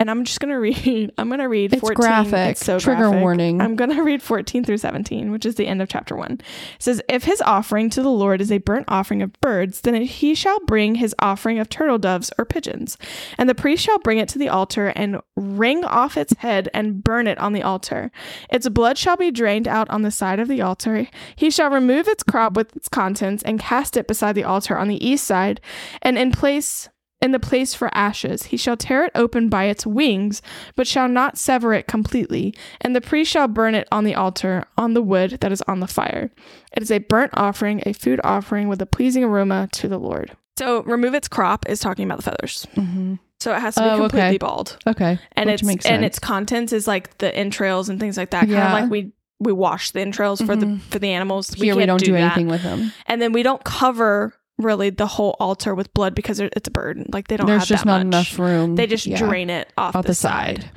S1: and I'm just gonna read. I'm gonna read.
S2: it's
S1: 14.
S2: graphic.
S1: It's so
S2: Trigger
S1: graphic.
S2: warning.
S1: I'm going to read 14 through 17, which is the end of chapter 1. It says, If his offering to the Lord is a burnt offering of birds, then he shall bring his offering of turtle doves or pigeons. And the priest shall bring it to the altar and wring off its head and burn it on the altar. Its blood shall be drained out on the side of the altar. He shall remove its crop with its contents and cast it beside the altar on the east side, and in place. In the place for ashes, he shall tear it open by its wings, but shall not sever it completely and the priest shall burn it on the altar, on the wood that is on the fire. It is a burnt offering, a food offering with a pleasing aroma to the Lord. So, remove its crop is talking about the feathers.
S2: hmm
S1: So it has to be
S2: Oh, okay.
S1: completely bald,
S2: Okay,
S1: Mm-hmm. and
S2: Which
S1: its
S2: makes
S1: and
S2: sense.
S1: its contents is like the entrails and things like that.
S2: Yeah.
S1: Kind of like we we wash the entrails for
S2: Mhm.
S1: the for the animals.
S2: here we
S1: can't
S2: don't do,
S1: that.
S2: anything with them.
S1: and then we don't cover really the whole altar with blood because it- it's a bird. Like they don't
S2: There's
S1: have
S2: just
S1: that
S2: not
S1: much.
S2: enough room.
S1: They just
S2: yeah,
S1: drain it off,
S2: off the side.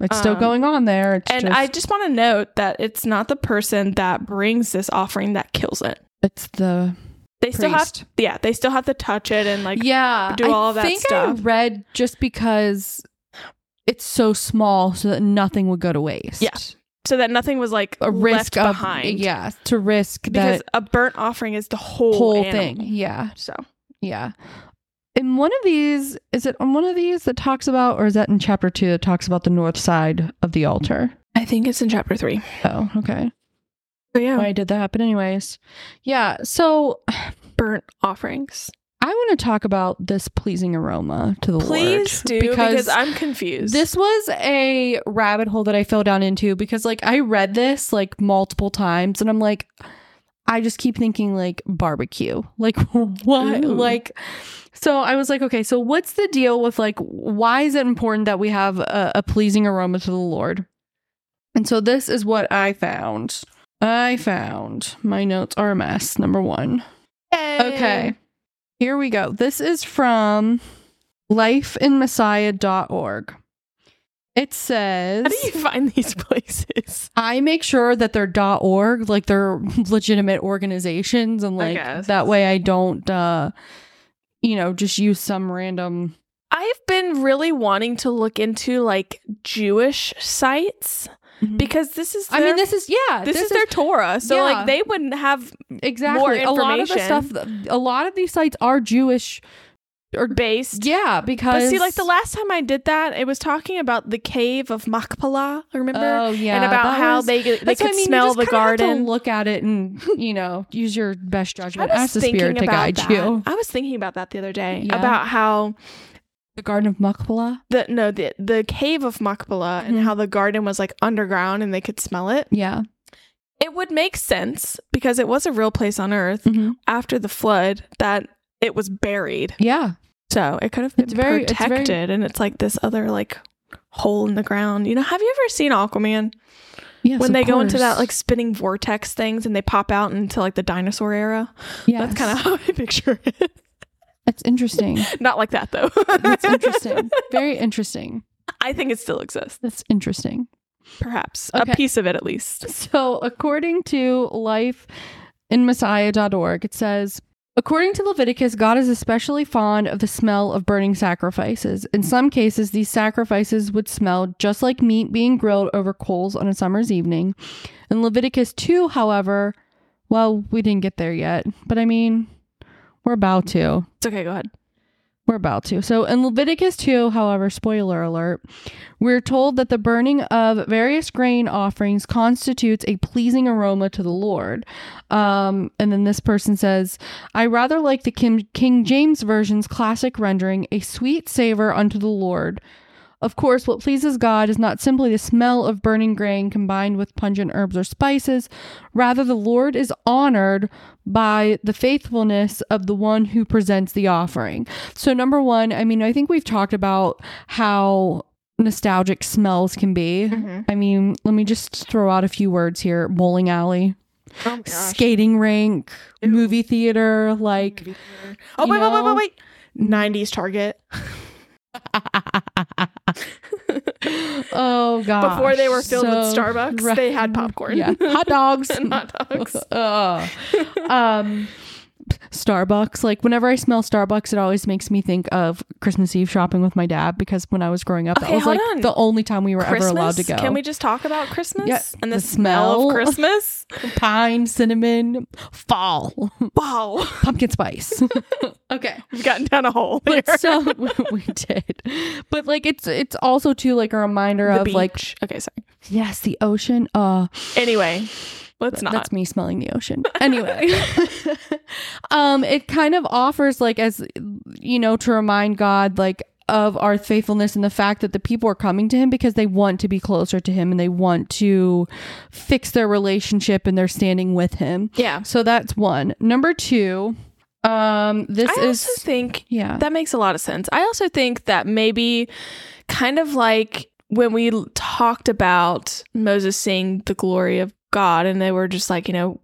S2: It's still
S1: Um,
S2: going on there. It's
S1: And
S2: just,
S1: I just want to note that it's not the person that brings this offering that kills it.
S2: it's the
S1: They still have,
S2: priest.
S1: yeah, they still have to touch it and like,
S2: yeah.
S1: do all
S2: I
S1: of that
S2: think
S1: stuff.
S2: I read just because it's so small, so that nothing would go to waste.
S1: Yeah. so that nothing was like
S2: a risk
S1: left
S2: of
S1: behind.
S2: yeah to risk
S1: because
S2: that
S1: a burnt offering is the whole,
S2: whole
S1: animal.
S2: thing. Yeah,
S1: So
S2: yeah. In one of these, is it on one of these that talks about, or is that in chapter two that talks about the north side of the altar?
S1: I think it's in chapter three.
S2: Oh, okay.
S1: So yeah,
S2: Why did that happen, anyways? Yeah. So
S1: burnt offerings.
S2: I want to talk about this pleasing aroma to the Lord.
S1: Please do because, I'm confused.
S2: This was a rabbit hole that I fell down into because like I read this like multiple times and I'm like I just keep thinking like barbecue. Like what?
S1: Ooh.
S2: Like so I was like okay, so what's the deal with like why is it important that we have a, a pleasing aroma to the Lord? And so this is what I found. I found my notes are a mess number 1. Okay. Here we go. This is from lifeinmessiah.org. It says
S1: How do you find these places?
S2: I make sure that they're .org, like they're legitimate organizations and
S1: I
S2: like
S1: guess.
S2: that way I don't uh you know, just use some random
S1: I've been really wanting to look into like Jewish sites because this is
S2: I mean
S1: their-
S2: this is yeah,
S1: Mm-hmm. this, is, their Torah. So
S2: Yeah.
S1: like they wouldn't have
S2: exactly a lot of the
S1: information.
S2: stuff a lot of these sites are Jewish.
S1: based.
S2: Yeah, because
S1: But see, like the last time I did that, it was talking about the cave of Machpelah. Remember?
S2: Oh yeah,
S1: and about
S2: that
S1: how
S2: was-
S1: they they
S2: That's what
S1: could
S2: I mean, you
S1: smell
S2: just
S1: the
S2: kinda have to
S1: garden.
S2: look at it and you know use your best judgment. Ask the
S1: thinking
S2: spirit to
S1: about
S2: guide
S1: that.
S2: you.
S1: I was thinking about that the other day
S2: Yeah.
S1: about how
S2: The Garden of Machpelah.
S1: the no the the cave of Machpelah and
S2: Mhm.
S1: how the garden was like underground and they could smell it.
S2: Yeah.
S1: It would make sense because it was a real place on Earth
S2: Mhm.
S1: after the flood that it was buried.
S2: Yeah.
S1: So it could have been
S2: It's very- it's very-
S1: protected, and it's like this other like hole in the ground. You know, have you ever seen Aquaman
S2: Yes.
S1: when
S2: of
S1: they go into that
S2: course.
S1: like spinning vortex things and they pop out into like the dinosaur era?
S2: Yes.
S1: That's kind of how I picture it.
S2: That's interesting.
S1: Not like that though.
S2: That's interesting. Very interesting.
S1: I think it still exists,
S2: That's interesting.
S1: perhaps
S2: Okay.
S1: a piece of it at least.
S2: So, according to lifeinmessiah.org, it says According to Leviticus, God is especially fond of the smell of burning sacrifices. In some cases, these sacrifices would smell just like meat being grilled over coals on a summer's evening. In Leviticus 2, however, well, we didn't get there yet, but I mean, we're about to.
S1: It's okay, go ahead.
S2: We're about to. So in Leviticus 2, however, spoiler alert, we're told that the burning of various grain offerings constitutes a pleasing aroma to the Lord. Um, and then this person says, I rather like the Kim- King James Version's classic rendering, a sweet savor unto the Lord. Of course, what pleases God is not simply the smell of burning grain combined with pungent herbs or spices. Rather, the Lord is honored by the faithfulness of the one who presents the offering. So, number one, I mean, I think we've talked about how nostalgic smells can be.
S1: Mm-hmm.
S2: I mean, let me just throw out a few words here bowling alley,
S1: Oh my
S2: skating rink, movie theater, like.
S1: Oh,
S2: You
S1: wait, wait, wait,
S2: know?
S1: wait, wait. 90s Target.
S2: Oh, God.
S1: Before they were filled with Starbucks, they had popcorn.
S2: Yeah. Hot dogs.
S1: and hot dogs.
S2: Ugh. um, Starbucks. Like whenever I smell Starbucks, it always makes me think of Christmas Eve shopping with my dad because when I was growing up,
S1: Okay,
S2: that was
S1: hold
S2: like
S1: on.
S2: the only time we were ever allowed to go.
S1: Can we just talk about Christmas
S2: Yeah,
S1: and the,
S2: the
S1: smell,
S2: smell.
S1: of Christmas?
S2: pine, cinnamon, fall,
S1: Wow,
S2: pumpkin spice? okay.
S1: we've gotten down a hole. There.
S2: But so we did, but like it's it's also too like a reminder
S1: The
S2: of like
S1: beach. okay, sorry.
S2: yes the ocean uh
S1: Anyway, let's not.
S2: That's me smelling the ocean. Anyway, um, it kind of offers like as you know to remind God like of our faithfulness and the fact that the people are coming to Him because they want to be closer to Him and they want to fix their relationship and they're standing with Him.
S1: yeah,
S2: So that's one. Number two, um, this
S1: I
S2: is
S1: also think
S2: yeah.
S1: that makes a lot of sense. I also think that maybe, kind of like when we l- talked about Moses seeing the glory of God, and they were just like, you know,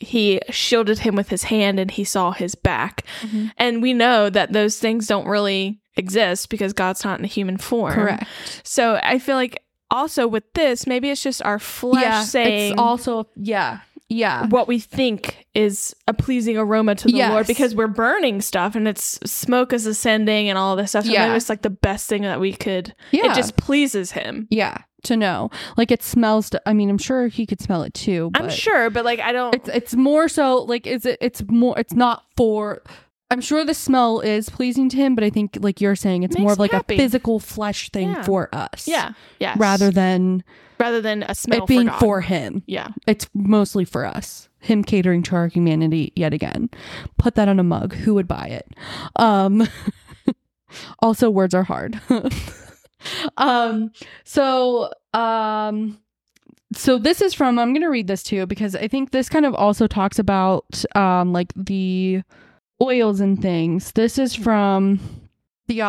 S1: he shielded him with his hand, and he saw his back.
S2: Mhm.
S1: And we know that those things don't really exist because God's not in a human form.
S2: Correct.
S1: So I feel like also with this, maybe it's just our flesh
S2: yeah.
S1: saying
S2: It's also yeah. Yeah.
S1: what we think is a pleasing aroma to the
S2: Yes.
S1: Lord because we're burning stuff and it's smoke is ascending and all this stuff. So
S2: Yeah.
S1: maybe it's like the best thing that we could.
S2: Yeah.
S1: It just pleases him.
S2: yeah. To know, like it smells. To, I mean, I'm sure he could smell it too. But
S1: I'm sure, but like I don't.
S2: it's it's more so like is it it's more it's not for I'm sure the smell is pleasing to him, but I think like you're saying it's
S1: Makes
S2: more of
S1: him
S2: like
S1: happy.
S2: a physical flesh thing
S1: Yeah.
S2: for us.
S1: yeah, yeah.
S2: Rather than
S1: rather than a smell
S2: it being
S1: God.
S2: for, him.
S1: Yeah,
S2: It's mostly for us. Him catering to our humanity yet again. Put that on a mug. Who would buy it? Um also words are hard. um so um so this is from i'm going to read this too because i think this kind of also talks about um like the oils and things this is from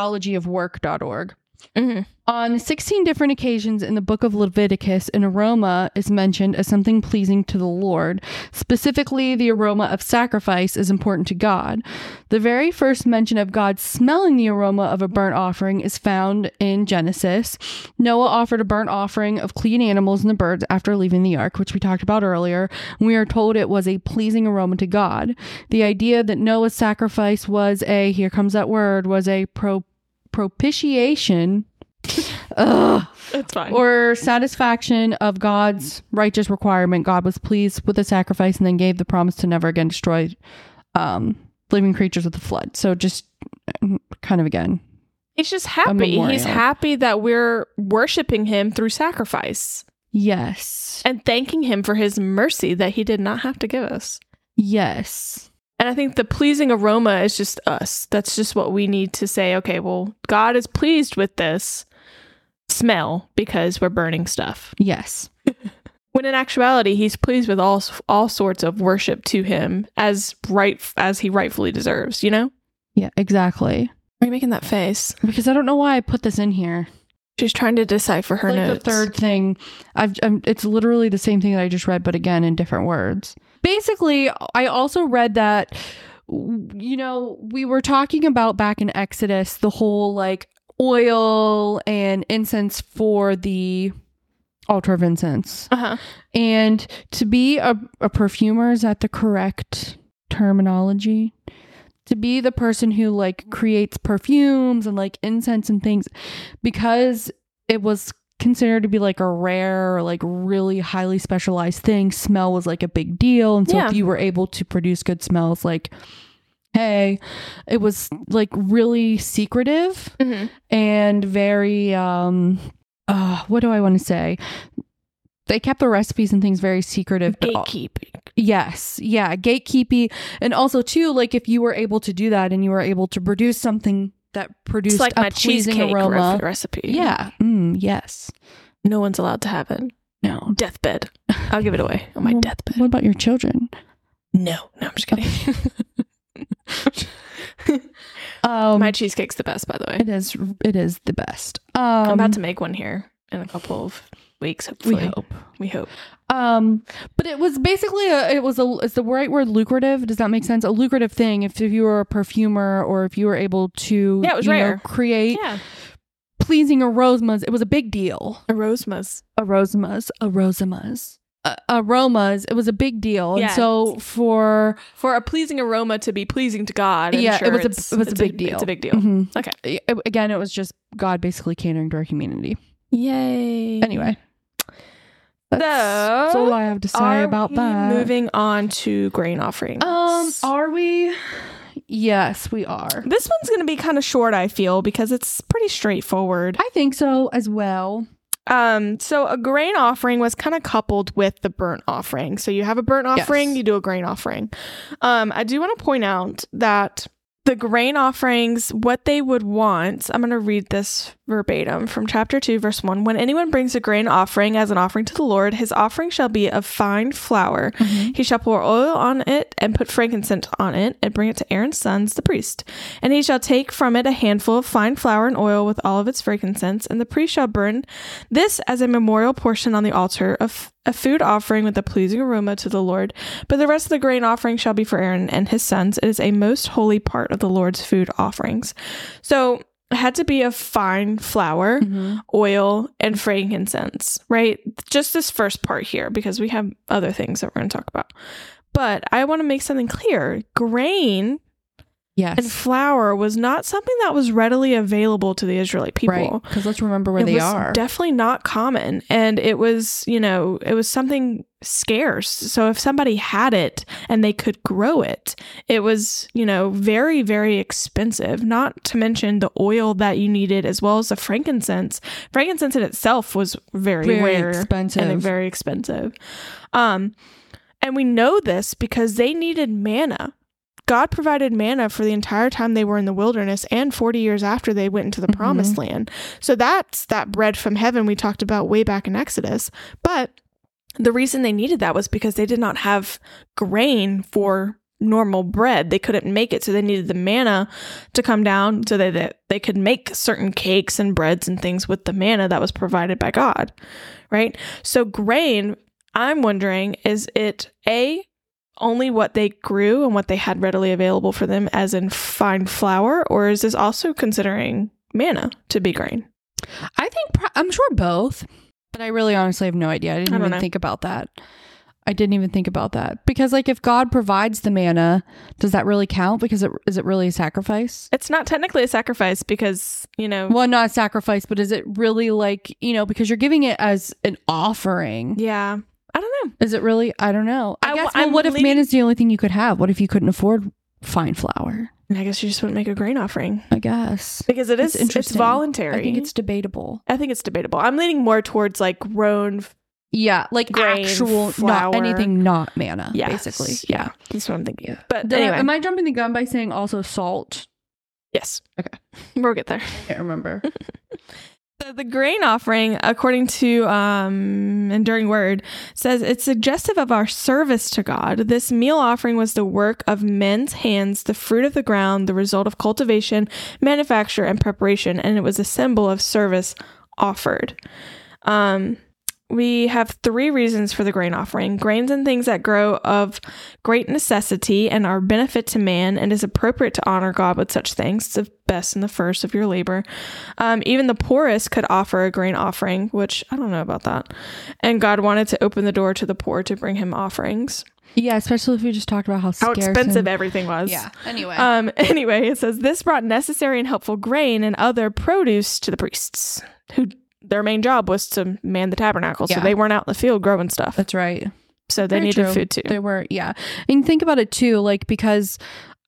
S2: theologyofwork.org
S1: Mhm.
S2: on 16 different occasions in the book of Leviticus, an aroma is mentioned as something pleasing to the Lord. Specifically, the aroma of sacrifice is important to God. The very first mention of God smelling the aroma of a burnt offering is found in Genesis. Noah offered a burnt offering of clean animals and the birds after leaving the ark, which we talked about earlier. We are told it was a pleasing aroma to God. The idea that Noah's sacrifice was a, here comes that word, was a pro- propitiation. Ugh
S1: it's fine.
S2: or satisfaction of God's righteous requirement. God was pleased with the sacrifice and then gave the promise to never again destroy um, living creatures with the flood. So just mm, kind of again,
S1: He's just happy. He's
S2: memorial.
S1: happy that we're worshiping him through sacrifice
S2: yes,
S1: and thanking him for his mercy that he did not have to give us.
S2: yes,
S1: And I think the pleasing aroma is just us. That's just what we need to say. Okay, well, God is pleased with this smell because we're burning stuff.
S2: yes,
S1: When in actuality, He's pleased with all all sorts of worship to Him as right as He rightfully deserves. You know?
S2: yeah, exactly.
S1: Are you making that face?
S2: Because I don't know why I put this in here.
S1: She's trying to decipher her
S2: like
S1: notes.
S2: the third thing, I've um, it's literally the same thing that I just read, but again in different words. Basically, I also read that you know we were talking about back in Exodus the whole like oil and incense for the altar of incense,
S1: Uh-huh.
S2: and to be a, a perfumer is that the correct terminology? to be the person who like creates perfumes and like incense and things because it was considered to be like a rare or like really highly specialized thing smell was like a big deal and so
S1: Yeah.
S2: if you were able to produce good smells like hey it was like really secretive
S1: Mm-hmm.
S2: and very um uh what do i want to say they kept the recipes and things very secretive but al-
S1: Gatekeeping.
S2: Yes. Yeah. Gatekeepy. And also too, like if you were able to do that and you were able to produce something that produced
S1: It's like
S2: a
S1: my
S2: pleasing
S1: cheesecake
S2: aroma.
S1: re- recipe.
S2: Yeah. Mm, yes.
S1: No one's allowed to have it.
S2: No.
S1: Deathbed. I'll give it away on my
S2: Well,
S1: deathbed.
S2: What about your children?
S1: No, no, I'm just kidding.
S2: Um
S1: my cheesecake's the best, by the way.
S2: it is it is the best. Um
S1: I'm about to make one here in a couple of weeks, hopefully.
S2: we hope.
S1: We hope.
S2: Um, but it was basically a, it was a is the right word lucrative? Does that make sense? A lucrative thing if, if you were a perfumer or if you were able to
S1: Yeah, it was
S2: you know,
S1: rare.
S2: create
S1: Yeah.
S2: pleasing aromas. It was a big deal.
S1: Erosmas.
S2: aromas, aromas, uh, aromas. It was a big deal, and
S1: Yes.
S2: so for
S1: For a pleasing aroma to be pleasing to God. and
S2: Yeah,
S1: sure,
S2: it was a-
S1: it's-
S2: it was a
S1: it's
S2: big deal.
S1: It's a big deal.
S2: mhm.
S1: Okay.
S2: I- again, it was just God basically catering to our community.
S1: Yay.
S2: Anyway, that's, that's
S1: Mm-hmm. So,
S2: all I have to say
S1: Are
S2: about
S1: we
S2: that.
S1: Moving on to grain offerings.
S2: um, are we? Yes, we are.
S1: this one's going to be kind of short, I feel, because it's pretty straightforward.
S2: I think so as well.
S1: Um, so a grain offering was kind of coupled with the burnt offering. So you have a burnt offering,
S2: Yes.
S1: you do a grain offering. Um, I do want to point out that the grain offerings, what they would want, I'm going to read this verbatim from chapter 2, verse 1. When anyone brings a grain offering as an offering to the Lord, his offering shall be of fine flour. He shall pour oil on it and put frankincense on it and bring it to Aaron's sons, the priest. And he shall take from it a handful of fine flour and oil with all of its frankincense, and the priest shall burn this as a memorial portion on the altar of a food offering with a pleasing aroma to the Lord. But the rest of the grain offering shall be for Aaron and his sons. It is a most holy part of the Lord's food offerings. So it had to be of fine flour
S2: Mm-hmm.
S1: oil, and frankincense, right? Just this first part here, because we have other things that we're going to talk about. But I want to make something clear grain
S2: Yes,
S1: and flour was not something that was readily available to the Israelite people.
S2: right. Because let's remember where
S1: it
S2: they
S1: was
S2: are.
S1: definitely not common. And it was, you know, it was something scarce. So if somebody had it and they could grow it, it was, you know, very, very expensive. Not to mention the oil that you needed as well as the frankincense. Frankincense in itself was very,
S2: Very
S1: rare
S2: expensive.
S1: and very expensive. Um, and we know this because they needed manna. God provided manna for the entire time they were in the wilderness and 40 years after they went into the
S2: Mhm.
S1: promised land. So that's that bread from heaven we talked about way back in Exodus. But the reason they needed that was because they did not have grain for normal bread. They couldn't make it. So they needed the manna to come down so that that they could make certain cakes and breads and things with the manna that was provided by God. Right? So grain, I'm wondering, is it A, only what they grew and what they had readily available for them, as in fine flour, or is this also considering manna to be grain?
S2: I think pro- I'm sure both, but I really honestly have no idea. I didn't
S1: I don't
S2: even
S1: know.
S2: think about that. I didn't even think about that because, like, if God provides the manna, does that really count? Because it is it really a sacrifice?
S1: It's not technically a sacrifice because, you know,
S2: Well, not a sacrifice, but is it really like you know because you're giving it as an offering?
S1: yeah, I don't know.
S2: Is it really? I don't know. I,
S1: I-
S2: guess.
S1: I'm
S2: well, what if
S1: leaning-
S2: manna's the only thing you could have? What if you couldn't afford fine flour?
S1: And I guess you just wouldn't make a grain offering
S2: I guess.
S1: because it is
S2: It's
S1: it's,
S2: interesting.
S1: voluntary.
S2: I think it's debatable.
S1: debatable. I'm leaning more towards like grown. f-
S2: Yeah, like
S1: Grain,
S2: actual,
S1: flour.
S2: not anything, not manna.
S1: Yeah,
S2: basically.
S1: yeah, that's what I'm thinking. But
S2: Did I-
S1: anyway,
S2: am I jumping the gun by saying also salt?
S1: yes,
S2: Okay.
S1: we'll get there.
S2: I can't remember.
S1: So the grain offering, according to um, Enduring Word, says it's suggestive of our service to God. This meal offering was the work of men's hands, the fruit of the ground, the result of cultivation, manufacture, and preparation, and it was a symbol of service offered. Um, we have three reasons for the grain offering grains and things that grow of great necessity and are benefit to man and is appropriate to honor god with such things the best and the first of your labor um, even the poorest could offer a grain offering which i don't know about that and god wanted to open the door to the poor to bring him offerings
S2: Yeah, especially if we just talked about how,
S1: how
S2: scarce
S1: expensive
S2: and-
S1: everything was
S2: yeah. Anyway,
S1: um, anyway, it says this brought necessary and helpful grain and other produce to the priests, who their main job was to man the tabernacle.
S2: Yeah.
S1: So they weren't out in the field growing stuff.
S2: that's right.
S1: So they
S2: Very
S1: needed
S2: true.
S1: food too.
S2: They were, yeah. And think about it too, like because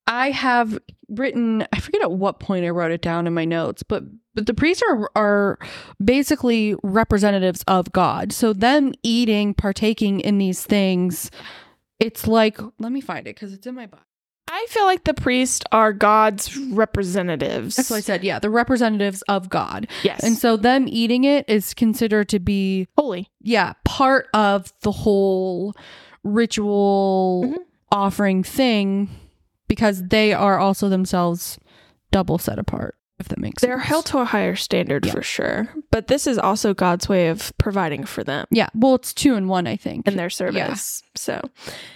S2: I have written, I forget at what point I wrote it down in my notes, but but the priests are are basically representatives of God. So them eating, partaking in these things, it's like let me find it because it's in my book.
S1: I feel like the priests are God's representatives.
S2: That's what I said. Yeah, the representatives of God,
S1: Yes.
S2: and so them eating it is considered to be
S1: holy.
S2: yeah, part of the whole ritual
S1: Mhm.
S2: offering thing because they are also themselves double set apart, if that makes
S1: They're
S2: sense.
S1: held to a higher standard
S2: Yeah.
S1: for sure. But this is also God's way of providing for them.
S2: Yeah. Well, it's two in one, I think.
S1: in their service. So,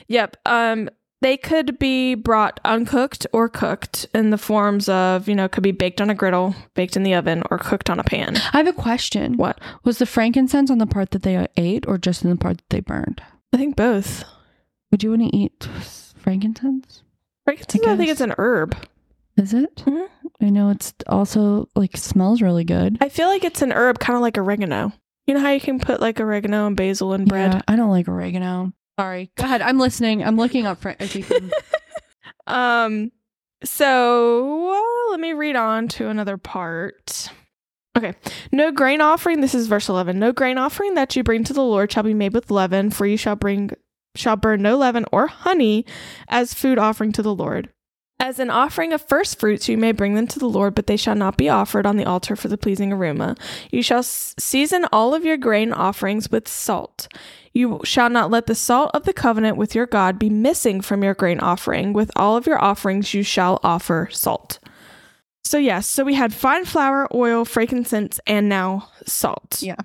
S1: yep. Um, they could be brought uncooked or cooked in the forms of, you know, could be baked on a griddle, baked in the oven, or cooked on a pan.
S2: I have a question.
S1: What?
S2: Was the frankincense on the part that they ate or just in the part that they burned?
S1: I think both.
S2: Would you want to eat frankincense?
S1: Frankincense, I, think
S2: guess.
S1: it's an herb.
S2: Is it?
S1: Mhm.
S2: I know it's also like smells really good.
S1: I feel like it's an herb, kind of like oregano. You know how you can put like oregano and basil in bread?
S2: Yeah, I don't like oregano. Sorry. Go ahead. I'm listening. I'm looking up. Fran- if you can-
S1: Um, so uh, let me read on to another part. Okay. No grain offering, this is verse 11. No grain offering that you bring to the Lord shall be made with leaven, for you shall bring shall burn no leaven or honey as food offering to the Lord. As an offering of first fruits, you may bring them to the Lord, but they shall not be offered on the altar for the pleasing aroma. You shall s- season all of your grain offerings with salt. You shall not let the salt of the covenant with your God be missing from your grain offering. With all of your offerings, you shall offer salt. So, yes, so we had fine flour, oil, frankincense, and now salt.
S2: Yeah.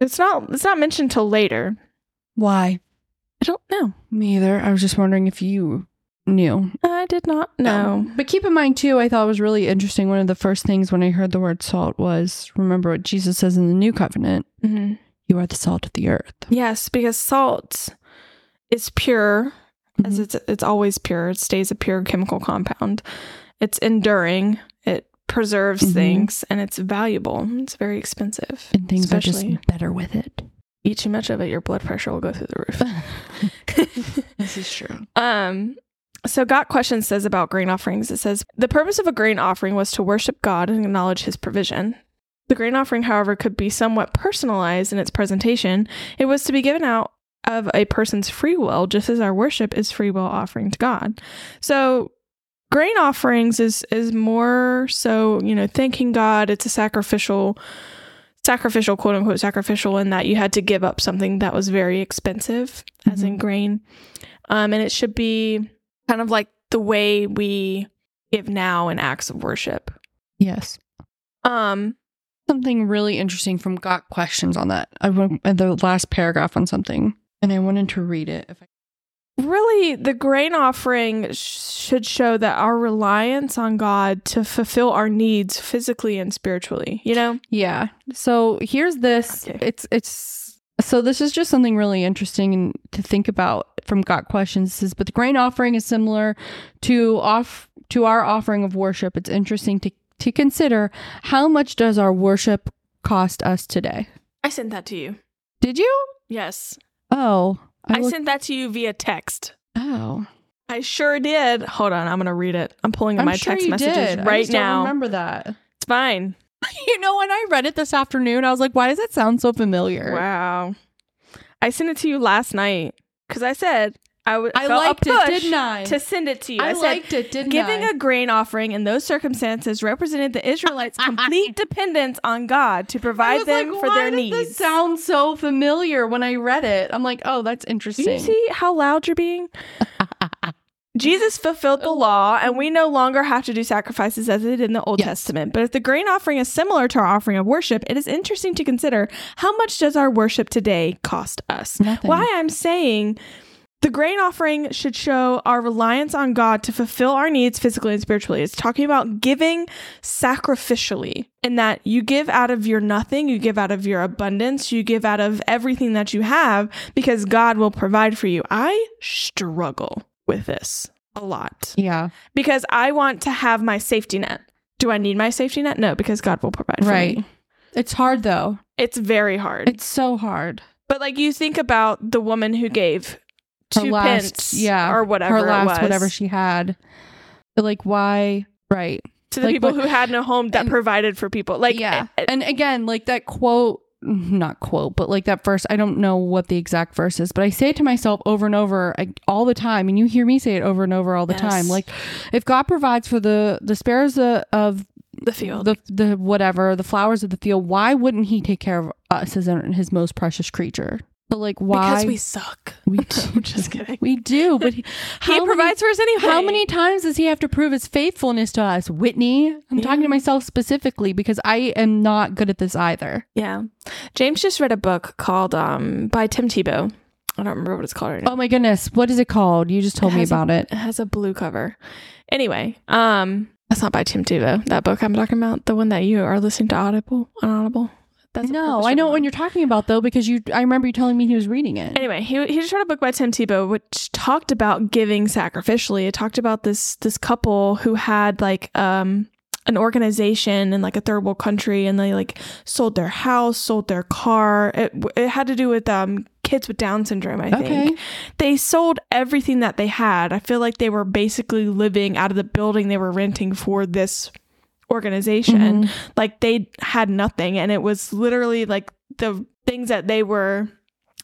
S1: It's not it's not mentioned till later.
S2: Why?
S1: I don't know.
S2: Me either. I was just wondering if you knew. Um,
S1: I did not know.
S2: But keep in mind, too, I thought it was really interesting. One of the first things when I heard the word salt was remember what Jesus says in the new covenant
S1: Mhm.
S2: you are the salt of the earth.
S1: Yes, because salt is pure, as
S2: Mhm.
S1: it's it's always pure. It stays a pure chemical compound. It's enduring. It preserves
S2: Mhm.
S1: things, and it's valuable. It's very expensive.
S2: And things are
S1: Especially-
S2: just better with it.
S1: Eat too much of it, your blood pressure will go through the roof.
S2: This is true.
S1: Um, so Got Questions says about grain offerings, it says the purpose of a grain offering was to worship God and acknowledge his provision. The grain offering, however, could be somewhat personalized in its presentation. It was to be given out of a person's free will, just as our worship is free will offering to God. So grain offerings is is more so, you know, thanking God. It's a sacrificial sacrificial quote unquote sacrificial in that you had to give up something that was very expensive, as in grain um, and it should be kind of like the way we give now in acts of worship.
S2: Yes.
S1: Um,
S2: Something really interesting from Got Questions on that. I wrote uh, the last paragraph on something, and I wanted to read it. If I-
S1: really, the grain offering sh- should show that our reliance on God to fulfill our needs physically and spiritually. You know,
S2: yeah. So here's this.
S1: Okay.
S2: It's it's so this is just something really interesting and to think about from Got Questions. It says, but the grain offering is similar to off to our offering of worship. It's interesting to to consider how much does our worship cost us today.
S1: I sent that to you.
S2: Did you?
S1: Yes,
S2: Oh,
S1: I,
S2: looked-
S1: sent that to you via text.
S2: Oh,
S1: I sure did. Hold on, I'm gonna read it. I'm pulling
S2: I'm
S1: my
S2: sure
S1: text
S2: you
S1: messages
S2: did. I
S1: right
S2: just don't
S1: now.
S2: remember that.
S1: It's fine.
S2: you know, when I read it this afternoon, I was like, why does that sound so familiar?
S1: Wow, I sent it to you last night because I said I would.
S2: I
S1: felt a
S2: liked it,
S1: push
S2: didn't I?
S1: to send it to you.
S2: I,
S1: I, said,
S2: liked it, didn't
S1: giving
S2: I?
S1: a grain offering in those circumstances represented the Israelites' complete dependence on God to
S2: I
S1: provide
S2: was like,
S1: them for
S2: why
S1: their
S2: does
S1: needs.
S2: This sound so familiar when I read it. I'm like, oh, that's
S1: Do
S2: interesting.
S1: you see how loud you're being? Jesus fulfilled
S2: Oh.
S1: the law, and we no longer have to do sacrifices as they did in the Old
S2: Yes.
S1: Testament. But if the grain offering is similar to our offering of worship, it is interesting to consider how much does our worship today cost us?
S2: Nothing.
S1: Why I'm saying the grain offering should show our reliance on God to fulfill our needs physically and spiritually. It's talking about giving sacrificially, in that you give out of your nothing, you give out of your abundance, you give out of everything that you have because God will provide for you. I struggle with this a lot
S2: Yeah.
S1: because I want to have my safety net. Do I need my safety net? No, because God will provide for
S2: Right.
S1: me.
S2: It's hard though.
S1: It's very hard.
S2: It's so hard.
S1: But like you think about the woman who gave
S2: Her
S1: two
S2: last-
S1: pence,
S2: yeah,
S1: or whatever
S2: her last
S1: it was,
S2: whatever she had. Like why? Right.
S1: to the
S2: like,
S1: people
S2: but-
S1: who had no home that
S2: and-
S1: provided for people. Like
S2: yeah.
S1: eh, eh,
S2: and again, like that quote not quote, but like that verse, I don't know what the exact verse is, but I say it to myself over and over like, all the time, and you hear me say it over and over all the
S1: Yes.
S2: time. Like, if God provides for the the sparrows of, of
S1: the field.
S2: the the whatever the flowers of the field, why wouldn't He take care of us as His most precious creature? But like, why
S1: Because we suck.
S2: we do,
S1: I'm just kidding.
S2: we do, but He,
S1: he
S2: how many-
S1: provides for us anyway.
S2: how many times does he have to prove his faithfulness to us, Whitney? I'm talking
S1: Yeah.
S2: to myself specifically because I am not good at this either.
S1: Yeah, James just read a book called um by Tim Tebow. I don't remember what it's called right now.
S2: Oh my goodness, what is it called? You just told
S1: It
S2: me
S1: has a-
S2: about it.
S1: It has a blue cover. Anyway, um, that's not by Tim Tebow. That book I'm talking about, the one that you are listening to Audible on Audible. That's a
S2: No,
S1: purpose
S2: I know
S1: driven
S2: what
S1: one.
S2: you're talking about though because you. I remember you telling me he was reading it.
S1: Anyway, he he just read a book by Tim Tebow, which talked about giving sacrificially. It talked about this this couple who had like um an organization in like a third world country, and they like sold their house, sold their car. It it had to do with um kids with Down syndrome. I think
S2: Okay,
S1: they sold everything that they had. I feel like they were basically living out of the building they were renting for this organization. Like they had nothing and it was literally like the things that they were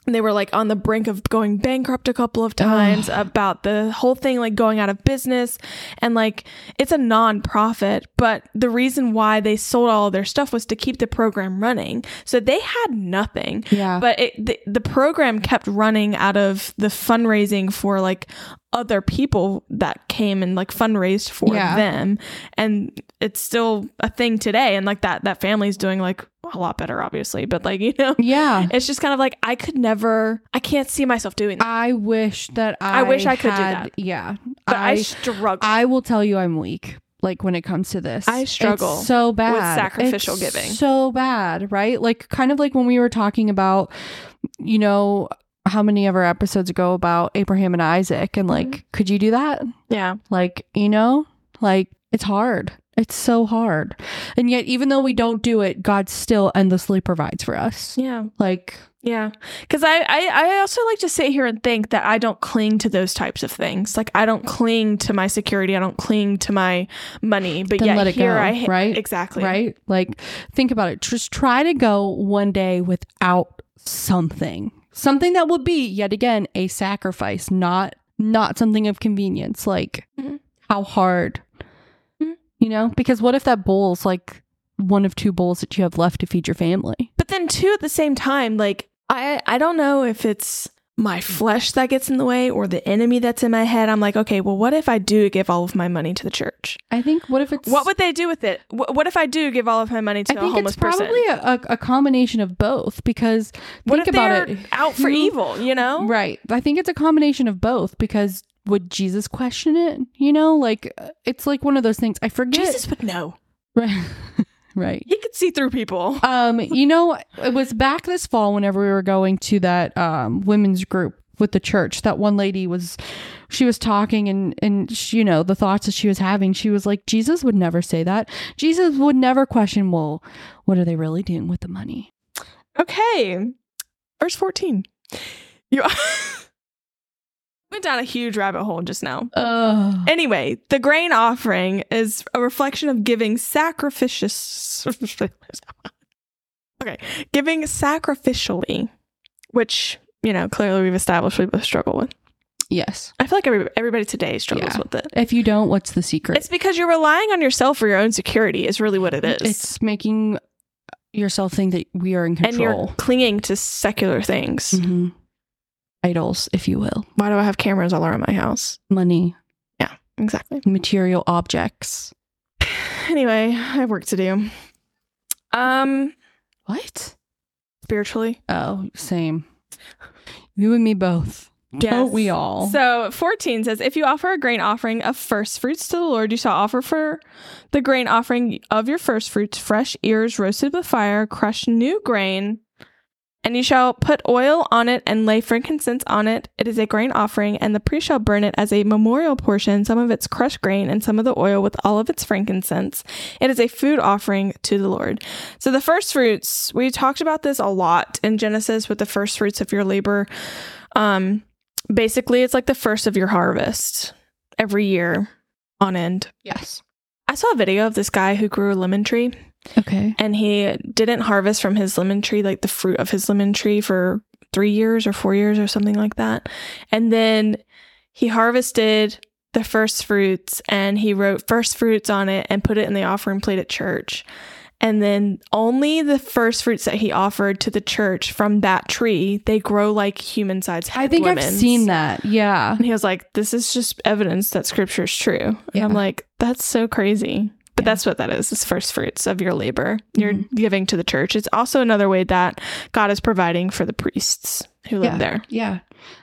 S1: they were like on the brink of going bankrupt a couple of times about the whole thing like going out of business and like it's a nonprofit but the reason why they sold all their stuff was to keep the program running so they had nothing
S2: yeah,
S1: but it, the, the program kept running out of the fundraising for like other people that came and like fundraised for
S2: Yeah.
S1: them and it's still a thing today and like that that family's doing like a lot better obviously but like you know
S2: yeah.
S1: it's just kind of like i could never i can't see myself doing that
S2: I wish that I.
S1: I wish I could do
S2: had-
S1: that.
S2: Yeah,
S1: but i,
S2: I.
S1: struggle
S2: I will tell you, I'm weak. Like when it comes to this,
S1: I
S2: It's
S1: struggle
S2: so bad
S1: sacrificial
S2: It's
S1: giving.
S2: So bad, right? Like kind of like when we were talking about, you know, how many of our episodes ago about Abraham and Isaac, and like,
S1: Mm-hmm.
S2: could you do that?
S1: yeah
S2: Like, you know, like it's hard. It's so hard, and yet even though we don't do it, God still endlessly provides for us.
S1: yeah
S2: Like,
S1: Yeah. Cause I, I, I also like to sit here and think that I don't cling to those types of things. Like I don't cling to my security. I don't cling to my money. But
S2: Then
S1: yeah,
S2: let it
S1: here
S2: go,
S1: I
S2: right?
S1: exactly.
S2: right? Like, think about it. Just try to go one day without something, something that would be yet again a sacrifice, not not something of convenience. Like,
S1: Mhm.
S2: how hard,
S1: Mhm.
S2: you know? Because what if that bowl's like one of two bowls that you have left to feed your family?
S1: But then too at the same time, like I I don't know if it's my flesh that gets in the way or the enemy that's in my head. I'm like, okay, well what if I do give all of my money to the church?
S2: I think. What if it's
S1: What would they do with it? Wh- what if I do give all of my money to
S2: I
S1: a
S2: think
S1: homeless
S2: it's probably
S1: person?
S2: a, a, a combination of both because
S1: What
S2: think
S1: if
S2: about
S1: they're
S2: it.
S1: out for
S2: Who-
S1: evil, you know?
S2: Right. I think it's a combination of both because would Jesus question it? You know, like uh, it's like one of those things. I forget.
S1: Jesus would know.
S2: Right. right.
S1: He could see through people.
S2: Um, you know, it was back this fall whenever we were going to that um women's group with the church. That one lady was she was talking and and she, you know, the thoughts that she was having, she was like Jesus would never say that. Jesus would never question, "Well, what are they really doing with the money?"
S1: Okay. Verse 14. You went down a huge rabbit hole just now.
S2: Oh.
S1: Anyway, the grain offering is a reflection of giving sacrificious. okay, giving sacrificially, which, you know, clearly we've established we both struggle with.
S2: Yes.
S1: I feel like every, everybody today struggles
S2: Yeah.
S1: with it.
S2: If you don't, what's the secret?
S1: It's because you're relying on yourself for your own security, is really what it is.
S2: It's making yourself think that we are in
S1: and you're
S2: control. Mm-hmm.
S1: clinging to secular things.
S2: Mhm. Idols, if you will.
S1: Why do I have cameras all around my house?
S2: Money,
S1: Exactly.
S2: material objects.
S1: Anyway, I have work to do. Um,
S2: What?
S1: spiritually.
S2: Oh, same. You and me both. Don't
S1: Yes.
S2: Oh, we all?
S1: So 14 says, if you offer a grain offering of first fruits to the Lord, you shall offer for the grain offering of your first fruits fresh ears roasted with fire, crushed new grain, and you shall put oil on it and lay frankincense on it. It is a grain offering, and the priest shall burn it as a memorial portion, some of its crushed grain and some of the oil with all of its frankincense. It is a food offering to the Lord. So the first fruits, we talked about this a lot in Genesis with the first fruits of your labor. Um, basically it's like the first of your harvest every year on end.
S2: yes.
S1: I saw a video of this guy who grew a lemon tree
S2: Okay.
S1: and he didn't harvest from his lemon tree like the fruit of his lemon tree for 3 years or 4 years or something like that. And then he harvested the first fruits and he wrote first fruits on it and put it in the offering plate at church. And then only the first fruits that he offered to the church from that tree, they grow like human sized
S2: I think I've seen that. Yeah.
S1: and he was like, This is just evidence that scripture is true. And
S2: Yeah.
S1: I'm like, That's so crazy. But
S2: Yeah. Mm-hmm.
S1: that's what that is. It's first fruits of your labor you're giving to the church. It's also another way that God is providing for the priests who live
S2: Yeah.
S1: there.
S2: Yeah.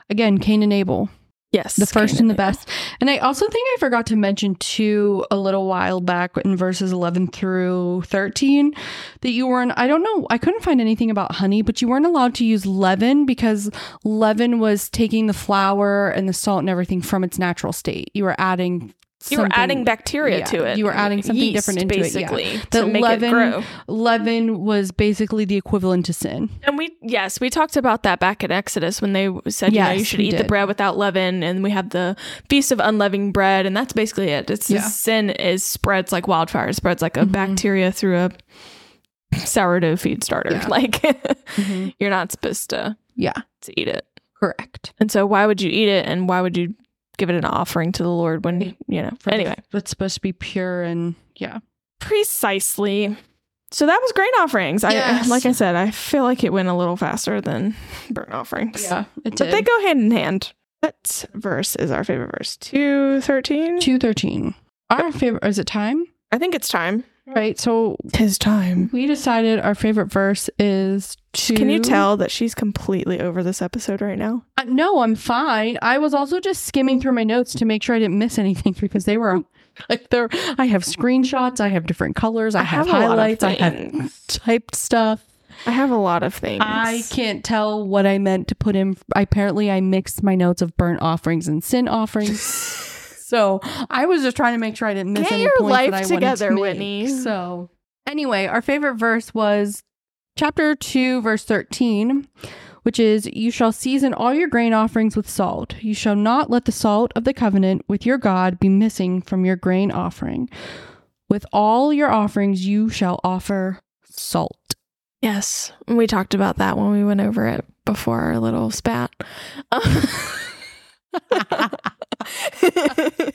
S2: Again, Cain and Abel.
S1: Yes.
S2: the first and the
S1: Canaan.
S2: best. And I also think I forgot to mention too a little while back in verses 11 through 13 that you weren't, I don't know, I couldn't find anything about honey, but you weren't allowed to use leaven because leaven was taking the flour and the salt and everything from its natural state. You were adding.
S1: You were
S2: something-
S1: adding bacteria
S2: yeah,
S1: to it.
S2: you were adding something
S1: Yeast,
S2: different into it, yeah.
S1: basically, to
S2: That
S1: make
S2: leaven-
S1: it grow.
S2: Leaven was basically the equivalent to sin.
S1: And we, yes, we talked about that back in Exodus when they said, you know, you
S2: Yes,
S1: should
S2: we
S1: eat the
S2: did.
S1: bread without leaven. And we have the Feast of Unleavened Bread. And that's basically it. It's
S2: Yeah.
S1: just sin is spreads like wildfire, It spreads like a
S2: Mhm.
S1: bacteria through a sourdough feed starter.
S2: Yeah.
S1: Like, you're not supposed to,
S2: Yeah,
S1: to eat it.
S2: correct.
S1: And so, why would you eat it? And why would you give it an offering to the Lord when, you know,
S2: For the-
S1: anyway,
S2: It's supposed to be pure and yeah.
S1: precisely. So that was grain offerings.
S2: Yes.
S1: I like I said, I feel like it went a little faster than burnt offerings.
S2: it
S1: But they
S2: did.
S1: go hand in hand. What verse is our favorite verse? 213?
S2: 213. Our favorite, is it time?
S1: I think it's time.
S2: Right. So
S1: Tis time.
S2: we decided our favorite verse is to.
S1: Can you tell that she's completely over this episode right now?
S2: Uh, no, I'm fine. I was also just skimming through my notes to make sure I didn't miss anything because they were like there. I have screenshots. I have different colors. I,
S1: I
S2: have,
S1: have a lot of
S2: highlights. I have
S1: things.
S2: typed stuff.
S1: I have a lot of things.
S2: I can't tell what I meant to put in. Apparently, I mixed my notes of burnt offerings and sin offerings. so I was just trying to make sure I didn't miss
S1: Get
S2: any
S1: your
S2: points
S1: life
S2: that I wanted
S1: together,
S2: to make.
S1: Whitney.
S2: So anyway, our favorite verse was chapter two, verse thirteen. Which is, you shall season all your grain offerings with salt. You shall not let the salt of the covenant with your God be missing from your grain offering. With all your offerings, you shall offer salt.
S1: Yes. We talked about that when we went over it before our little spat. Um, A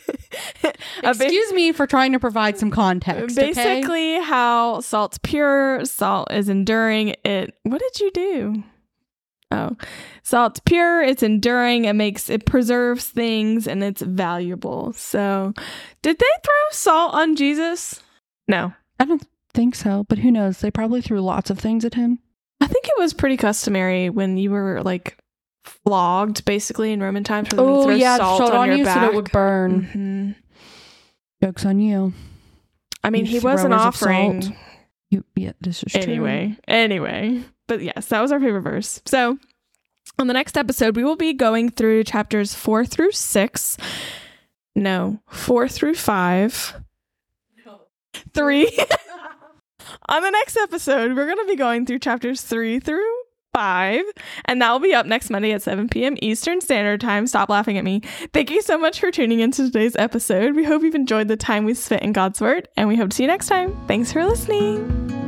S1: bit-
S2: Excuse me for trying to provide some context. okay?
S1: Basically, how salt's pure, salt is enduring. It. What did you do? Oh, salt's pure. It's enduring. It makes it preserves things, and it's valuable. So, did they throw salt on Jesus? No,
S2: I don't think so, but who knows? They probably threw lots of things at him.
S1: I think it was pretty customary when you were like flogged, basically in Roman times. for them to
S2: Oh,
S1: throw salt, on, your
S2: you
S1: back.
S2: so it would burn.
S1: Mhm.
S2: Jokes on you.
S1: I mean,
S2: You
S1: he was an
S2: throwers of salt.
S1: offering.
S2: You, yeah, this is true.
S1: Anyway, anyway. But yes, that was our favorite verse. So on the next episode, we will be going through chapters four through six. No, four through five. Three. on the next episode, we're going to be going through chapters three through five. And that will be up next Monday at 7 p.m. Eastern Standard Time. Stop laughing at me. Thank you so much for tuning into today's episode. We hope you've enjoyed the time we spent in God's Word, and we hope to see you next time. Thanks for listening.